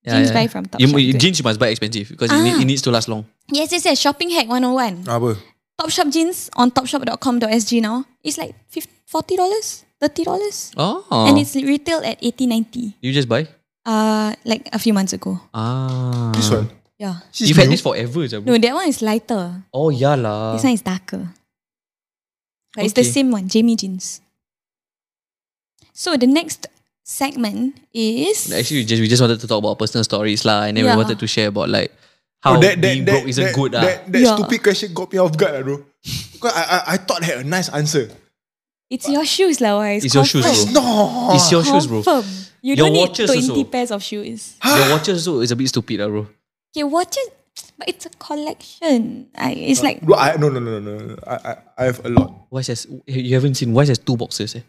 Yeah,
jeans
yeah.
buy from Topshop.
You, you,
too.
jeans you must buy expensive because it, need,
Ah.
it needs to last long.
yes, yes, yes. Shopping hack 101.
Ah.
apa?
Topshop jeans on topshop.com.sg now. It's like $50, $40, $30.
Oh.
And it's retail at 80 90
you just buy?
uh, like a few months ago.
Ah.
This one.
Yeah.
This
You've
new.
had this forever, je, bro.
No, that one is lighter.
Oh yeah lah.
This one is darker. But it's the
Okay.
same one, Jamie jeans. So the next segment is
Actually, we just we just wanted to talk about personal stories lah, and then
Yeah.
we wanted to share about like how being broke isn't
Oh, that,
good ah.
That,
lah.
that
Yeah.
stupid question got me off guard, lah, bro. Because I, I I thought I had a nice answer.
it's your shoes lah. why?
It's your shoes,
confirmed.
bro.
It's not.
It's your shoes, bro.
Confirm. You
Your
don't need
watches
20
also.
pairs of shoes.
Your watches also is a bit stupid lah, bro.
Okay, watches, but it's a collection. I,
Uh,
it's like,
Bro, I, no, no, no, no, no. I, I, I have a lot.
Why says you haven't seen? Why says two boxes? Eh?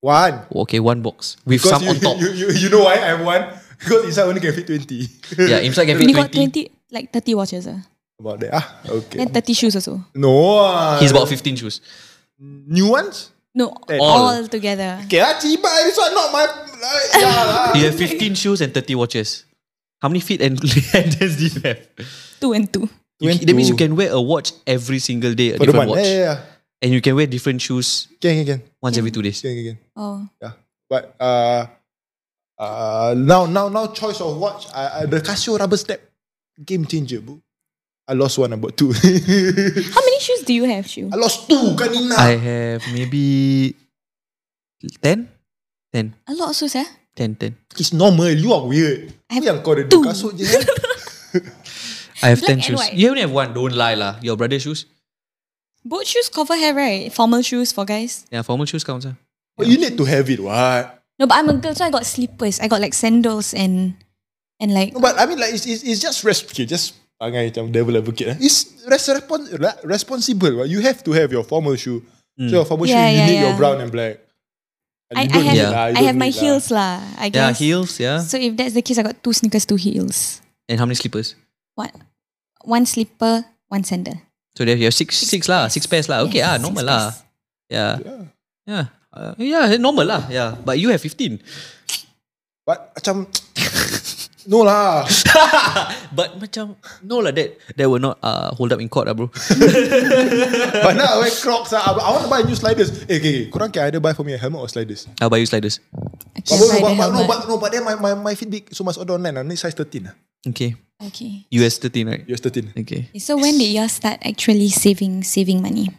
Oh,
One.
Okay, one box with
Because
some
you,
on top.
(laughs) You, you, you know why I have one? Because inside only can fit 20.
yeah, inside can
you
fit
got
twenty.
20, like 30 watches. Uh.
(laughs) About that. Ah, okay.
Then 30 shoes also.
No. ah.
He's about fifteen shoes.
New ones?
No,
Ten.
all,
Oh.
together.
Okay, lah, ciba. This one not my... Like, yeah, lah.
You have fifteen shoes and thirty watches. How many feet and (laughs) hands do you have?
Two and two.
(laughs) You, that means you can wear a watch every single day, a
For the
different watch,
month. Yeah, yeah, yeah.
and you can wear different shoes
Can, can, can.
once every two days.
Can, can, can.
Oh,
But uh, uh, now, now, now, choice of watch. I, I, the Casio rubber step, game changer, bro. I lost one, about two. (laughs) I
how many shoes do you have, Shu?
lost two, kanina.
I have maybe 10? 10,
A lot of shoes, eh?
10, 10.
it's normal. You are weird.
I have
Who yang kau ada
two.
dua kasut je?
(laughs)
kan?
I have
Black
10
and
shoes.
white.
You only have one, don't lie lah. Your brother's shoes?
Both shoes cover hair, right? Formal shoes for guys.
Yeah, formal shoes counts. ah.
But you need to have it, what?
No, but I'm a girl, so I got slippers. I got like sandals and and like
No, but I mean, like, it's, it's, it's just res- okay, just perangai macam devil advocate. Eh? It's res- respon- ra- responsible. Right? You have to have your formal shoe.
Mm.
So your formal
Yeah,
shoe, you
yeah,
need your
yeah.
brown and black.
I, I
And you don't
have
need
Yeah.
lah, you
I
don't
have my
need lah.
heels lah. I
Yeah,
guess.
heels, yeah.
So if that's the case, I got two sneakers, two heels.
And how many slippers?
One, one slipper, one sandal.
So there you have six, six, lah, six pairs lah. Okay,
Yes,
ah,
six
normal lah.
pairs.
Yeah. Yeah. Uh, yeah, normal lah. Yeah. But you have 15.
But macam, (laughs) no lah.
But macam, no lah, that, that will not uh, hold up in court lah, bro.
But now I wear Crocs. ah. I want to buy new sliders. Eh, okay, okay. Korang can either buy for me a helmet or sliders.
I'll buy you sliders.
Okay,
But, but,
side
but, but, no,
helmet.
but, no, but then my, my, my Fitbit, so must order online. I need size 13. ah.
Okay.
okay.
US 13, right?
US 13.
Okay.
Okay, So when did y'all start actually saving saving money?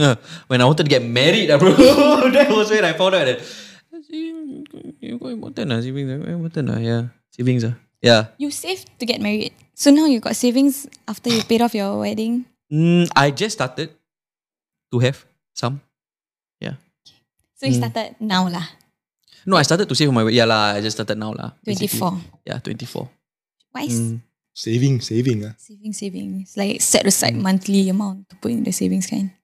Uh, when I wanted to get married, ah, bro, (laughs) that was when I found out that saving- you got important ah, savings ah, quite important ah, yeah, savings ah, yeah.
You saved to get married. So now you got savings after you paid off your wedding.
Mm, I just started to have some. Mm.
So you started now lah,
No, I started to save for my wed- yeah lah. I just started now lah.
twenty
basically.
four.
Yeah, twenty four.
Why is
Mm.
Saving, saving. ah.
saving savings like set aside
Mm.
monthly amount to put in the savings kind?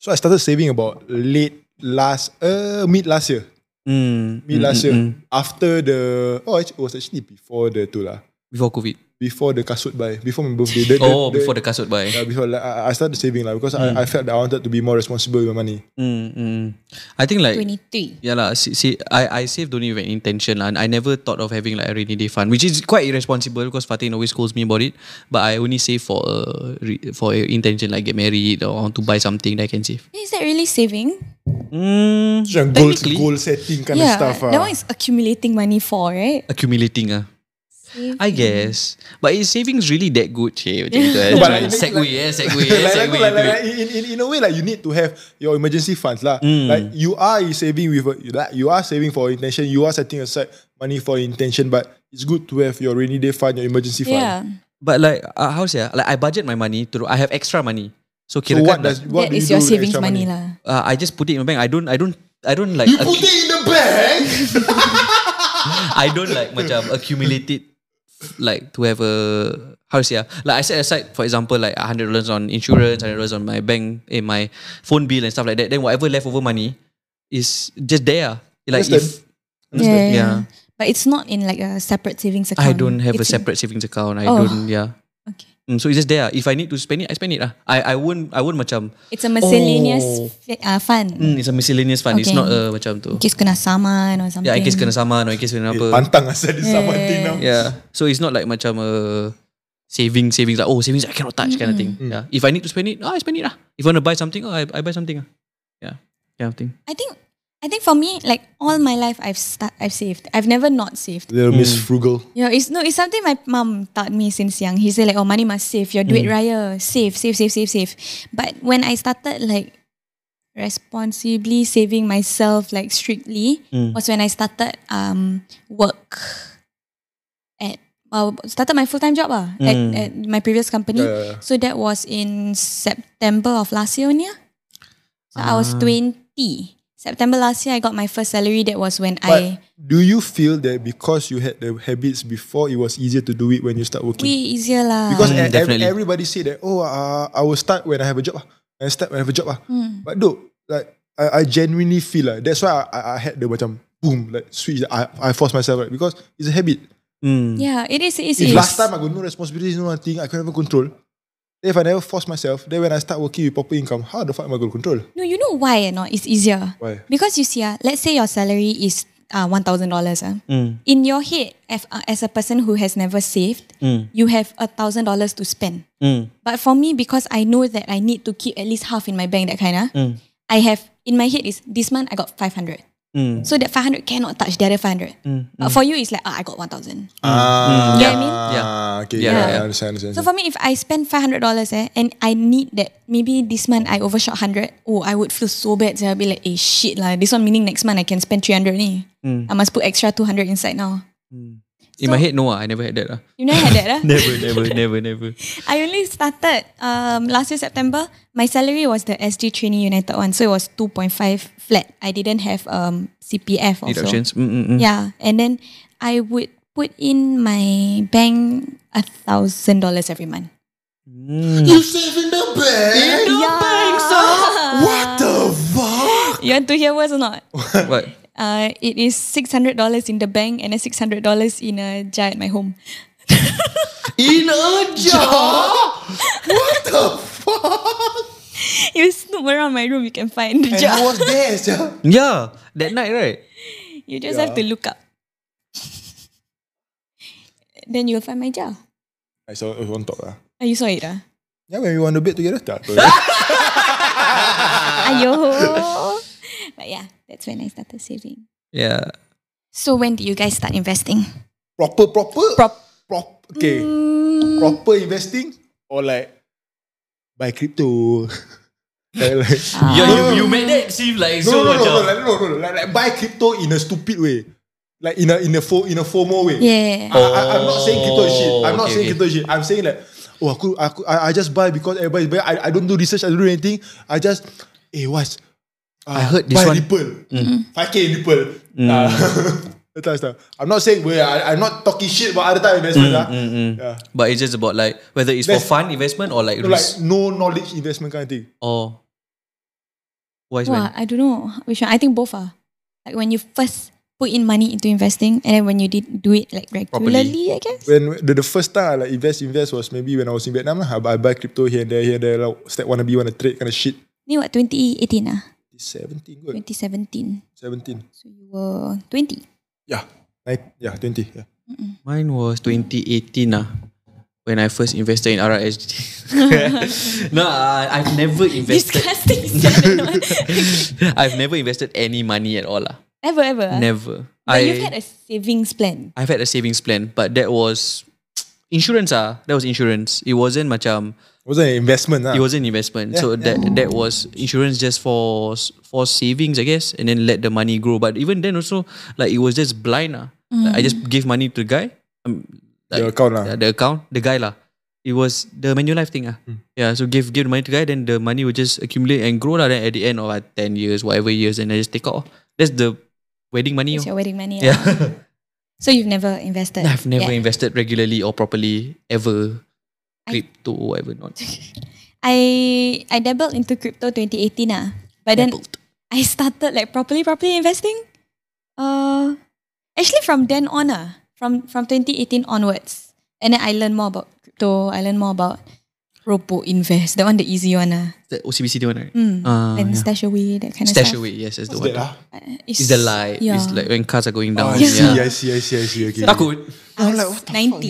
So I started saving about late last, uh, mid last year.
Mm,
Mid
mm,
last
mm,
year.
mm.
After the, oh, actually, it was actually before the tu lah.
Before COVID.
Before the kasut buy. Before my birthday. The, the,
Oh, before the kasut Mm. buy.
Yeah, before like, I I started saving lah because I, I felt that I wanted to be more responsible with my money.
Mm, mm. I think like
Twenty three.
Yeah lah. See, see I, I saved only with an intention lah. And I never thought of having like a rainy day fund, which is quite irresponsible because Fatin always calls me about it. But I only save for a re- for a intention like get married or I want to buy something that I can save.
Is that really saving?
Macam goal,
technically-
goal setting kind of
yeah,
stuff.
that
ah.
one is accumulating money for, right?
Accumulating ah. I guess. But is savings really that good? Cik, macam itu. eh.
No, but
Macam
like-
Segway eh, segway eh,
(laughs) like, like,
segway.
like, like, like, in, in, in a way, like you need to have your emergency funds, lah.
Mm.
Like you are saving with a, like, you are saving for intention. You are setting aside money for intention, but it's good to have your rainy day fund, your emergency fund.
Yeah.
But like, uh, how's yeah? Like I budget my money to, I have extra money. So
So
kira
what
kan
does what
that
do you
is
do
your
with
savings
extra
money, lah.
uh, I just put it in my bank. I don't, I don't, I don't like.
You put it in the bank.
(laughs) I don't like macam accumulate it like to have a how to say ah? like I set aside for example like hundred dollars on insurance, hundred dollars on my bank, in my phone bill and stuff like that. Then whatever leftover money is just there. ah. Like
Understand.
if
Yeah, yeah,
Yeah.
yeah. But it's not in like a separate savings account.
I don't have a
It's in-
separate savings account, I
Oh.
don't yeah.
Okay.
Mm, so it's just there. ah. If I need to spend it, I spend it. Ah, I I won't I won't macam
It's a miscellaneous
Oh.
fi- uh, fund.
mm, it's a miscellaneous fund. It's
Okay.
not a macam tu.
In case kena saman or something.
Yeah, Ya, in case kena saman or in case kena apa.
(laughs) Pantang asal this yeah. thing now.
Yeah. So it's not like macam a saving savings like oh savings I cannot touch kind of thing. Yeah. If I need to spend it, ah, I spend it lah. If I want to buy something, oh, I, I buy something lah. Yeah. Kind of thing.
I think I think for me, like all my life, I've sta- I've saved. I've never not saved.
Little Miss
Hmm.
Frugal.
You know, it's no, it's something my mom taught me since young. He said like, oh, money must save. Your
Mm.
duit raya, save, save, save, save, save. But when I started like responsibly saving myself like strictly
Mm.
was when I started um work at uh, started my full time job ah at, at my previous company.
Mm. Yeah, yeah, yeah.
So that was in September of last year, yeah. So I
Ah.
was 20. September last year, I got my first salary. That was when I
But do you feel that because you had the habits before, it was easier to do it when you start
way
working?
easier lah.
because
Mm,
e- ev-
definitely.
everybody say that, oh, uh, I will start when I have a job. ah. I start when I have a job. ah." But no, like I, I genuinely feel like that's why I, I, I had the macam boom like switch. I, I forced myself right because it's a habit.
Hmm.
yeah, it is. It is.
If
it is.
last time I got no responsibilities, no nothing, I could never control. Then if I never force myself, then when I start working with proper income, how the fuck am I going to control?
No, you know why or not? It's easier.
Why?
Because you see, ah, let's say your salary is uh, one thousand dollars. Ah,
Mm.
in your head, if, uh, as a person who has never saved,
Mm.
you have a thousand dollars to spend. But for me, because I know that I need to keep at least half in my bank, that kind of,
Mm.
I have in my head is this month I got five hundred.
Mm.
So that five hundred cannot touch the other five hundred. But for you, it's like ah, I got one thousand.
Ah,
Yeah, I mean-
yeah. Ah, Okay,
Yeah,
yeah,
yeah.
I understand, understand.
So for me, if I spend five hundred dollars eh, and I need that, maybe this month I overshot hundred. Oh, I would feel so bad. So I'll be like, eh, shit lah. This one meaning next month I can spend three hundred ni. I must put extra two hundred inside now.
In my head, no, ah, I never had that. ah.
You never had that, ah?
(laughs) Never, never, never, never.
I only started um, last year September. My salary was the SG Trainee United one, so it was two point five flat. I didn't have um, CPF also.
Deductions. Mm, mm, mm.
Yeah, and then I would put in my bank a thousand dollars every month.
you saving Mm. the bank?
yeah.
What the fuck?
You want to hear worse or not?
What?
Uh, it is six hundred dollars in the bank and then six hundred dollars in a jar at my home.
(laughs) In a
(laughs)
jar? what the
You snoop around my room, you can find the
And
jar.
I was there, (laughs) sia.
Yeah, that night, right?
You just have to look up. then you'll find my jar.
I saw it was on top. Ah.
Oh, you saw it, ah?
Yeah, when we were on the bed together.
(laughs)
Tak, tahu.
Ah. Ayo. (laughs) but yeah, that's when I started saving.
Yeah.
So when did you guys start investing?
proper, proper?
Prop.
prop okay. Proper investing or like buy crypto? (laughs) like, like,
yeah
Ah.
you, you made that seem like
no,
so
no,
macam.
no, no, like, no, no, no, like, like buy crypto in a stupid way. Like in a in a fo- in a FOMO way.
Yeah.
I, I, I'm not saying crypto is shit. I'm not
Oh, Okay,
saying
okay.
crypto is shit. I'm saying like, oh, aku, aku, I, I just buy because everybody's buying. I, I don't do research. I don't do anything. I just, eh, what's? Uh, I
heard this
buy
one. Mm.
Ripple. 5K in Ripple. Uh, (laughs) that type of stuff. I'm not saying, well, I, I'm not talking shit about other type of
Mm,
investment. lah. Yeah.
But it's just about like whether it's for
That's-
fun investment or like
So like,
risk
no knowledge investment kind of thing.
or wise
Wow,
man.
I don't know which one. I think both are. Like when you first put in money into investing and then when you did do it like regularly, I guess.
When the, the first time I like invest, invest was maybe when I was in Vietnam. lah. I, buy- I buy crypto here and there, here and there, like, step wanna be, wanna trade kind of shit.
Ni what 2018 ah?
17, good.
2017.
17.
So you were 20.
Yeah. Nine, yeah, 20. Yeah.
Mine was 2018 ah. when I first invested in RRSG. (laughs) no, I, I've never invested.
Disgusting. sia.
(laughs)
(laughs)
I've never invested any money at all. lah.
ever, ever. ah?
Never.
But
I,
you've had a savings plan.
I've had a savings plan, but that was insurance. Ah, that was insurance. It wasn't macam
was an investment. lah.
it wasn't investment. so that that was insurance just for for savings, I guess, and then let the money grow. But even then also, like it was just blind. Ah, Like,
Mm.
I just gave money to the guy. Um,
Your account
the,
lah.
the account, the guy lah. It was the Manulife thing ah.
Hmm.
Yeah, so give give the money to the guy, then the money will just accumulate and grow lah. Then at the end of like ten years, whatever years, and I just take out. ah. That's the wedding money. oh.
It's your wedding money.
Yeah. (laughs)
ah. So you've never invested.
I've never
yet.
invested regularly or properly ever.
I-
Crypto, whatever
(laughs)
not.
I I dabbled into crypto 2018 ah. But then
Dabbled.
I started like properly properly investing. Uh actually from then on ah, from from 2018 onwards. And then I learned more about crypto, I learned more about Robo Invest, that one the easy one ah.
The OCBC the one, right?
Mm.
Ah,
and
yeah.
stash away, that kind
Stash
of stuff.
away, yes, that's the
What's
one.
that lah?
It's the light.
Yeah.
It's like when cars are going
Oh,
down.
I see,
yeah.
I see, I see, I see. Okay.
Takut.
I was 19.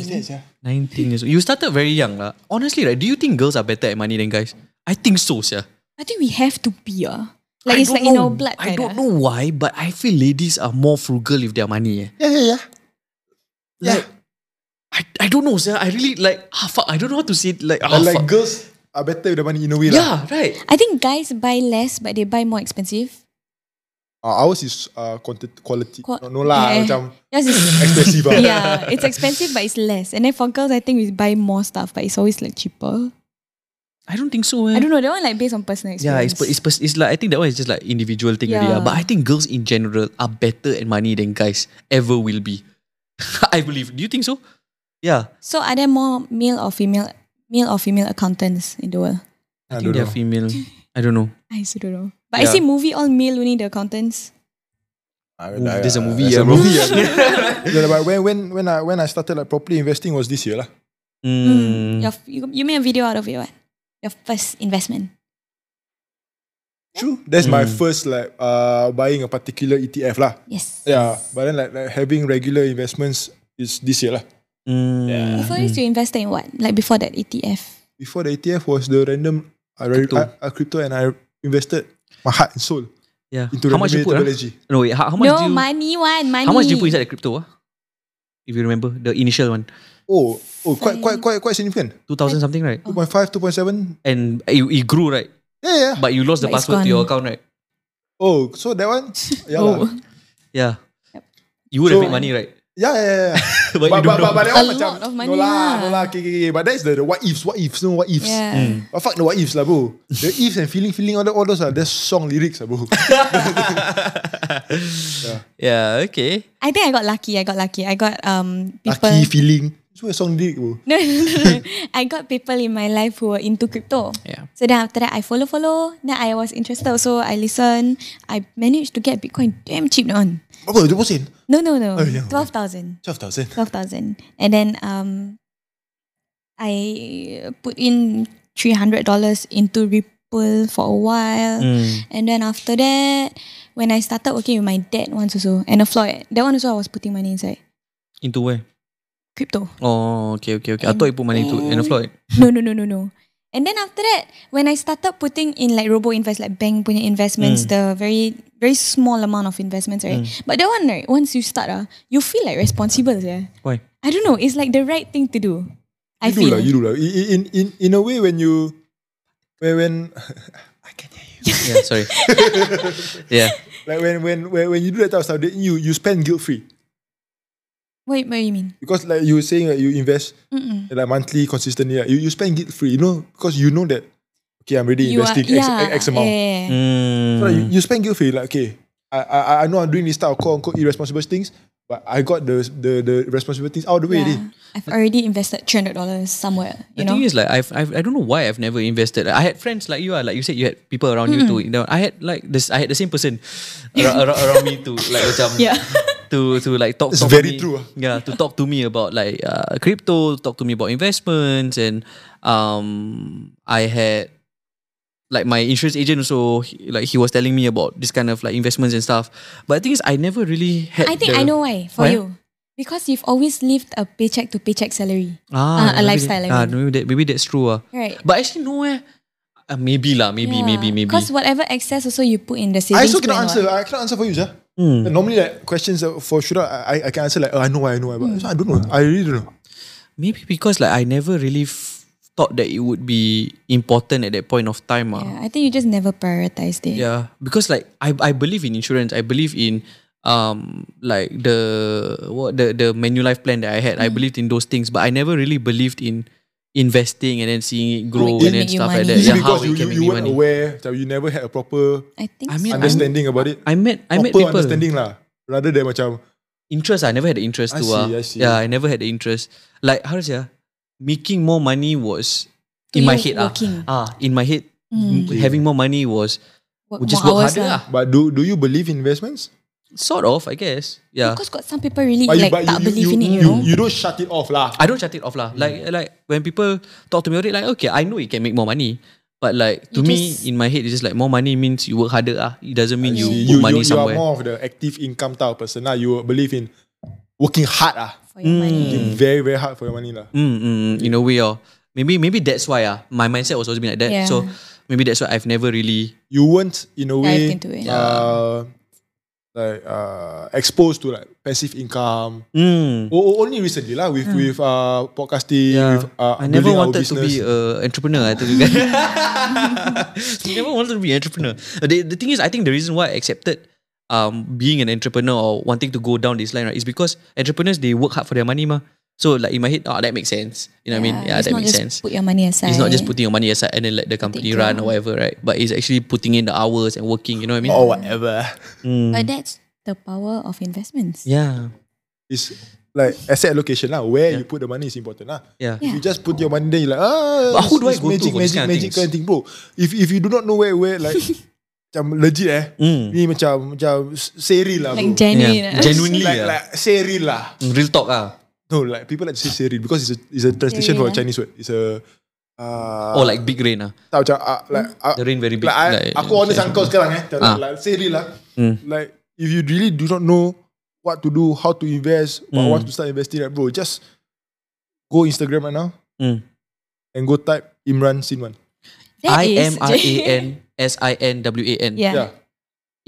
Nineteen years old. You started very young, lah. Honestly, right? Do you think girls are better at money than guys? I think so, yeah.
I think we have to be ah. Like
I
it's
don't
like in
know.
our blood. ah.
I
kinda.
don't know why, but I feel ladies are more frugal with their money. Eh.
Yeah, yeah, yeah. Yeah.
Like, I, I don't know, sir. I really like ah fuck. I don't know how to say it. Like ah
But like
fuck.
girls are better with the money in a way lah.
yeah, right.
I think guys buy less but they buy more expensive.
Uh, ours is uh, quantity, quality.
Qua-
no, no lah,
Eh.
macam
Yours is
expensive lah.
(laughs) yeah, it's expensive but it's less. And then for girls, I think we buy more stuff, but it's always like cheaper.
I don't think so. Eh.
I don't know. That one like based on personal
Yeah, it's,
experience.
per- it's, pers- it's like I think that one is just like individual thing. Yeah.
Yeah.
But I think girls in general are better at money than guys ever will be. (laughs) I believe. Do you think so? Yeah,
so are there more male or female male or female accountants in the world?
I
I,
think
don't
they're
know.
female. I
(laughs)
don't know.
I also don't know. But I
Yeah.
see movie all male only the accountants.
I-
Ooh,
I-
there's a
I-
movie,
There's
yeah,
a
bro. (laughs)
movie. yeah. (laughs) Yeah, but when when when I when I started like properly investing was this year lah.
(laughs) Mm.
Your f- you, you made a video out of it, what? Your first investment.
True. That's my
Mm.
first like uh buying a particular ETF lah.
Yes.
Yeah, but then like, like having regular investments is this year lah.
Mm.
Yeah.
Before this, you invested in what? Like before that E ETF.
Before the ETF was the random I crypto.
Crypto.
I, I crypto and I invested my heart and soul
Yeah.
into
how
random
much you put? ah?
methodology.
No, wait, how, how much
No
do you,
money one money.
how much do you put inside the crypto? ah? If you remember the initial one,
Oh, oh, quite quite quite quite significant.
two thousand something, right?
oh.
2.5, 2.7.
And it, it grew, right?
Yeah, yeah.
But you lost the
But it's
password to your
gone.
account, right?
Oh, so that one? Yeah,
(laughs) Oh.
lah.
Yeah. You would have
So-
made money, right? (laughs)
yeah, yeah, yeah. yeah.
but, you
but, but,
don't
but,
know.
but that one
A
macam,
lot of money
no lah,
lah.
no lah, okay, okay, okay. But that's the, the what ifs, what ifs, no what ifs.
Yeah.
But fuck the what ifs lah, bro.
(laughs)
The ifs and feeling, feeling, all, that, all those are just song lyrics lah,
(laughs)
bro.
(laughs) yeah. Okay.
I think I got lucky. I got lucky. I got um people.
Lucky feeling. So a song lyric, bro.
(laughs) No, no, no, no. I got people in my life who were into crypto.
Yeah.
So then after that, I follow, follow. Then I was interested, so I listen. I managed to get Bitcoin damn cheap on.
Berapa? 20%?
No, no, no,
Oh, yeah.
twelve thousand.
12,000.
Twelve thousand. And then um, I put in three hundred dollars into Ripple for a while. And then after that, when I started working with my dad once also, and a Floyd, that one also I was putting money inside
Into where?
crypto.
Oh, okay, okay, okay. I thought you put money into Anna Floyd.
No, no, no, no, no. And then after that, when I started putting in like robo invest, like bank punya
Mm.
investments, the very very small amount of investments, right? But that one, right, once you start, ah, you feel like responsible, yeah.
Why?
I don't know. It's like the right thing to do. I
you do
feel.
lah, you do lah. In, in, in, in a way, when you, when, when (laughs) I can hear you.
Yeah, sorry. (laughs) yeah.
Like when, when, when, when you do that type of stuff, then you, you spend guilt free.
What, what do you mean?
Because like you were saying, like you invest like monthly consistently, like, you, you spend guilt free, you know, because you know that, okay, I'm already
You
investing X, X, X amount. Mm.
yeah, yeah, yeah.
So like, you,
Mm.
you spend guilt free, like, okay, I, I, I know I'm doing this type of quote unquote irresponsible things, but I got the, the, the responsible things out of the way.
Yeah.
already.
I've already invested three hundred dollars somewhere.
The
You know.
thing is, like, I've, I've, I don't know why I've never invested. I had friends like you are, like you said, you had people around you too.
Hmm.
You know, I had like this, I had the same person
(laughs)
around, around, around me to like, macam,
Yeah.
to to like talk.
It's
talk to me,
very true, ah.
Yeah, to talk to me about like uh, crypto, talk to me about investments, and um, I had like my insurance agent also he- like he was telling me about this kind of like investments and stuff. But the thing is, I never really had.
I think
the-
I know why for
Why?
you Because you've always lived a paycheck to paycheck salary.
Ah,
a
maybe
lifestyle,
that-
I
ah,
mean.
maybe, that, maybe that's true. Ah.
Right.
But actually, no eh. Ah, maybe lah, maybe, maybe, maybe.
Because whatever excess also you put in the savings.
I also cannot
plan,
answer.
what?
I cannot answer for you, sir.
Mm.
Normally, like questions uh, for Shura, I, I can answer like, oh, I know why, I know why, but
Mm.
this one I don't know. I really don't know.
Maybe because like I never really f- thought that it would be important at that point of time. ah.
Yeah, I think you just never prioritized it.
Yeah, because like I I believe in insurance. I believe in um like the what the the Manulife plan that I had. I
Mm.
believed in those things, but I never really believed in investing and then seeing it grow
it
and then
make you
stuff like
(laughs)
money.
that.
Is it
Yeah, how
because you,
it can
you,
make
you
me
weren't
money.
aware that you never had a proper
I think
I mean,
so.
I'm-
understanding about it?
I met I met
proper
people
understanding lah. Rather than macam,
interest. I never had the interest
I
too.
see,
ah.
I see.
Yeah, I never had the interest. Like how to say, ah, making more money was
To
in my
you,
head. ah.
working.
ah, in my head, having more money was
Work
just
more
work
hours
harder.
lah.
ah.
but do do you believe in investments?
Sort of, I guess. Yeah.
Because got some people really
But you,
like
but
tak
you, you,
believe in it, you
you,
know.
you don't shut it off lah.
I don't shut it off lah. Like like when people talk to me about it, like okay, I know it can make more money, but like to
You
me
just-
in my head, it's just like more money means you work harder ah. It doesn't mean you
See,
put money
you are
somewhere.
more of the active income type of person lah. You believe in working hard ah.
For your money.
Hmm.
Working very very hard for your money lah.
Mm, mm, mm, in a way, or maybe maybe that's why ah my mindset was always been like that.
Yeah.
So maybe that's why I've never really
You weren't in a way
into it.
Uh, like uh, exposed to like passive income.
Mm.
O- o- only recently lah with with uh, podcasting.
Hmm. Yeah.
With, uh,
I never
building our
wanted to be
business.
an entrepreneur. I tell you guys. (laughs) never wanted to be an entrepreneur. Uh, The, the thing is, I think the reason why I accepted um, being an entrepreneur or wanting to go down this line right is because entrepreneurs they work hard for their money, ma. So like in my head, oh that makes sense. You know what I mean? Yeah,
it's
that
not
makes sense.
just Put your money aside.
It's not just putting your money aside and then let the company
it
run
grow.
or whatever, right? But it's actually putting in the hours and working. You know what I mean? Mm.
or whatever.
But that's the power of investments.
Yeah,
It's like asset allocation lah. Where you put the money is important lah.
yeah.
Yeah.
You just put your money there. You're like ah.
But who do I
it's
go to
magic,
for this
Magic,
kind of
magic
things?
kind of thing, bro. If if you do not know where where
(laughs)
like. Macam legit eh
Mm.
Ni macam Macam seri lah
Like
bro
genuine.
Yeah.
ah.
Genuinely,
Like,
ah.
like seri lah
real talk ah.
No, like people like to say seri because it's a it's a translation
Seri
for a
lah.
Chinese word. It's a uh,
Or like big rain ah.
tak, macam uh, like uh,
The rain very big.
like, I,
like,
aku honest
yeah.
dengan kau sekarang eh. Macam
Ah.
Like seri lah.
Mm.
Like if you really do not know what to do, how to invest, what
Mm.
want to start investing, right, bro, just go Instagram right now
Mm.
and go type Imran Sinwan.
(laughs) That
I M
is-
R A
(laughs)
N S I N W A N.
Yeah.
Yeah.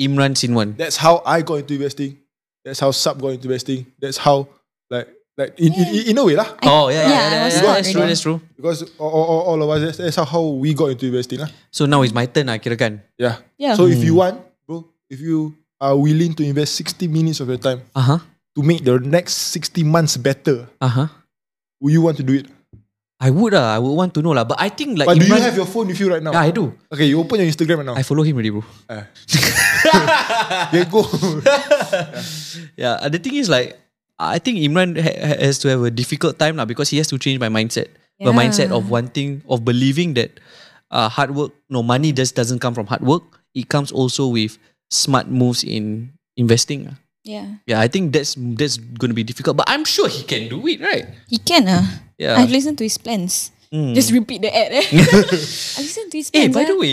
Imran Sinwan.
That's how I got into investing. That's how Sub got into investing. That's how like like in, in, in, in a way lah.
(laughs) Oh yeah, yeah, yeah,
Yeah, I
yeah,
was
yeah,
taught
that's true,
already.
that's true.
Because all, all, all of us, that's, that's how we got into investing lah.
So now it's my turn lah kirakan.
Yeah.
Yeah.
So if you
Hmm.
want, bro, if you are willing to invest 60 minutes of your time
Uh-huh.
to make the next 60 months better,
Uh-huh.
will you want to do it?
I would lah, I would want to know lah. But I think like
But do you
Imran-
have your phone with you right now?
Yeah, I do.
Okay, you open your Instagram right now.
I follow him already, bro.
yeah, go.
Yeah. uh, The thing is like I think Imran ha- ha- has to have a difficult time now because he has to change my mindset. The
Yeah.
mindset of wanting of believing that uh, hard work, no money just doesn't come from hard work. It comes also with smart moves in investing. ah.
yeah.
Yeah, I think that's that's gonna be difficult. But I'm sure he can do it, right?
He can ah.
Yeah.
I've listened to his plans. Just repeat the
(laughs)
ad. (laughs) Eh. I listened to his
Hey,
plans.
Eh, by
ah.
the way,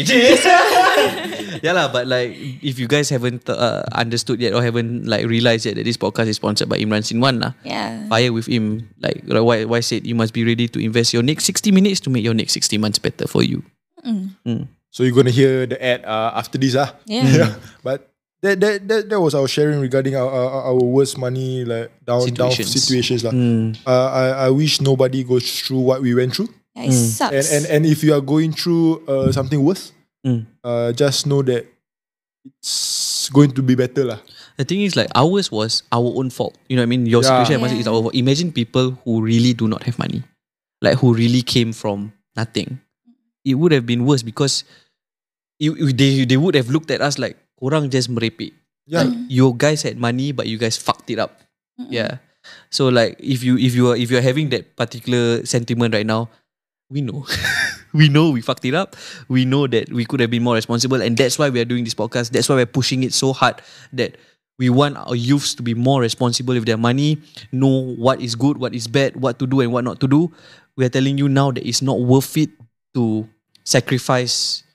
yeah lah. But like, if you guys haven't uh, understood yet or haven't like realized yet that this podcast is sponsored by Imran Sinwan lah.
Yeah.
Fire with him, like like why why said you must be ready to invest your next sixty minutes to make your next sixty months better for you.
(laughs) so you're gonna hear the ad uh, after this, ah.
Yeah.
(laughs) But that, that that that was our sharing regarding our our, our worst money like down
Situations.
down situations lah. Uh, I I wish nobody goes through what we went through.
Yeah, it sucks.
And and and if you are going through uh, something worse,
Mm.
uh, just know that it's going to be better lah.
The thing is, like ours was our own fault. You know what I mean? Your
Yeah.
situation
Yeah.
is our fault. Imagine people who really do not have money, like who really came from nothing. It would have been worse because you, you- they they would have looked at us like korang just merepek.
Yeah.
Like, you guys had money, but you guys fucked it up. Yeah. So like, if you if you are if you are having that particular sentiment right now, we know. (laughs) we know we fucked it up. We know that we could have been more responsible, and that's why we are doing this podcast. That's why we're pushing it so hard that we want our youths to be more responsible with their money, know what is good, what is bad, what to do and what not to do. We are telling you now that it's not worth it to sacrifice.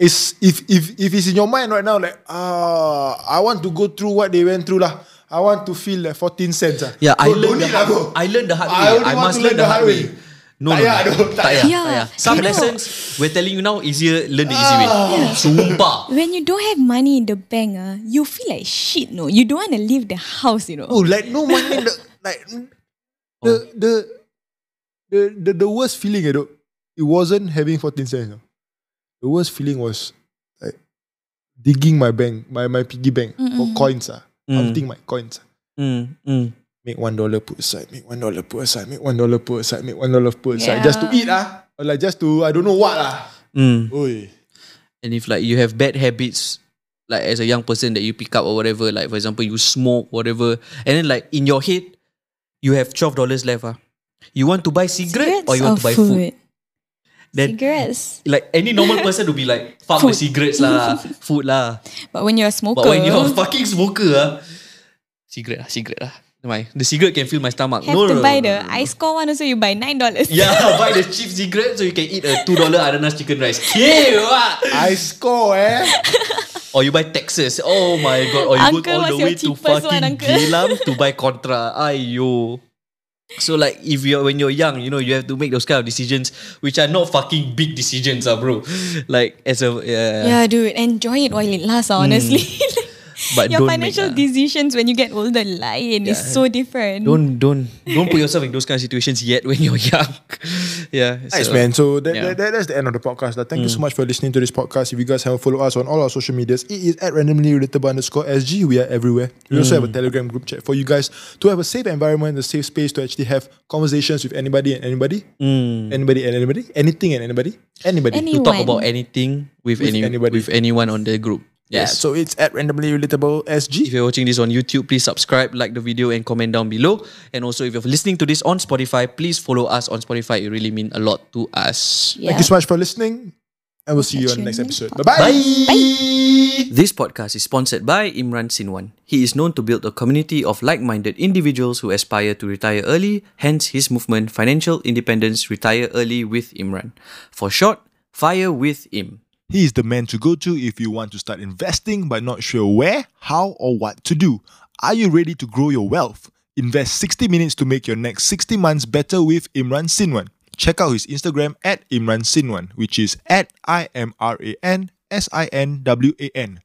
It's if if if it's in your mind right now, like ah, I want to go through what they went through lah. I want to feel like 14 cents. ah.
Yeah, I
Don't-
learned,
don't
the
need
hard,
lah, bro.
I learned the hard
I
way.
only
I
want
must
to
learn the hard way. No,
Tak
no,
payah,
no. tak
bro, tak
payah.
payah.
tak payah.
Yeah,
Some
you know.
lessons we're telling you now easier learn the easy way. Sumpah.
When you don't have money in the bank, ah, you feel like shit, no. You don't want to leave the house, you know.
Oh,
No, like no money. in the, like the, the the the the worst feeling, you know, it wasn't having 14 cents. you know. The worst feeling was like digging my bank, my my piggy bank for coins. Ah, counting my coins. ah.
Mm, mm.
Make one dollar put aside. Make one dollar put aside. Make one dollar put aside. Make one dollar put aside. Just to
Yeah.
eat ah, or like just to I don't know what ah.
Mm.
Oi.
And if like you have bad habits, like as a young person that you pick up or whatever, like for example you smoke whatever, and then like in your head, you have twelve dollars left. Ah, you want to buy cigarette or you want to buy food? Then
Oh, Cigarettes.
like any normal person would be like, fuck the
Food.
cigarettes lah, food lah.
But when you're a smoker,
But when you're a (laughs) fucking smoker, ah, cigarette lah, cigarette lah. Never mind. The cigarette can fill my stomach.
have
no, no,
to
no,
buy
no, no,
the
no.
I score one also you buy nine dollars.
Yeah, (laughs) buy the cheap cigarette so you can eat a two dollar Ananas chicken rice. Yeah, what?
I score eh.
Or you buy Texas. Oh my god. Or you
Uncle,
go all
what's
the
your
way to
cheapest one,
fucking
uncle?
Geylang to buy Contra. Ayo. So like if you're when you're young, you know, you have to make those kind of decisions which are not fucking big decisions, ah, bro. Like as a yeah,
(laughs) Yeah, dude, enjoy it while it lasts. ah, Honestly,
Hmm.
(laughs)
but
your
don't
financial
make, ah.
decisions when you get older, lying is so different.
don't don't don't put yourself in those kind of situations yet when you're (laughs) young. yeah. so-
Nice, man. So that,
yeah.
that, that- that's the end of the podcast. lah. Thank you so much for listening to this podcast. If you guys haven't followed us on all our social medias, it is at randomly relatable underscore SG. We are everywhere. We also have a Telegram group chat for you guys to have a safe environment, a safe space to actually have conversations with anybody and anybody, anybody and anybody, anything and anybody, anybody.
Any-
to talk
Anyone.
about anything with,
With
any
anybody.
with anyone on the group.
yeah.
Yes.
So it's at randomly relatable
if
SG.
you're watching this on YouTube, please subscribe, like the video, and comment down below. And also, if you're listening to this on Spotify, please follow us on Spotify. It really means a lot to us.
Yeah.
Thank you so much for listening, and we'll see you on the
Catch
next
you
episode.
next
Bye bye.
This podcast is sponsored by Imran Sinwan. He is known to build a community of like minded individuals who aspire to retire early, hence his movement Financial Independence Retire Early with Imran. For short, Fire with Im.
He is the man to go to if you want to start investing but not sure where, how, or what to do. Are you ready to grow your wealth? Invest 60 minutes to make your next 60 months better with Imran Sinwan. Check out his Instagram at Imran Sinwan, which is at I M R A N S I N W A N.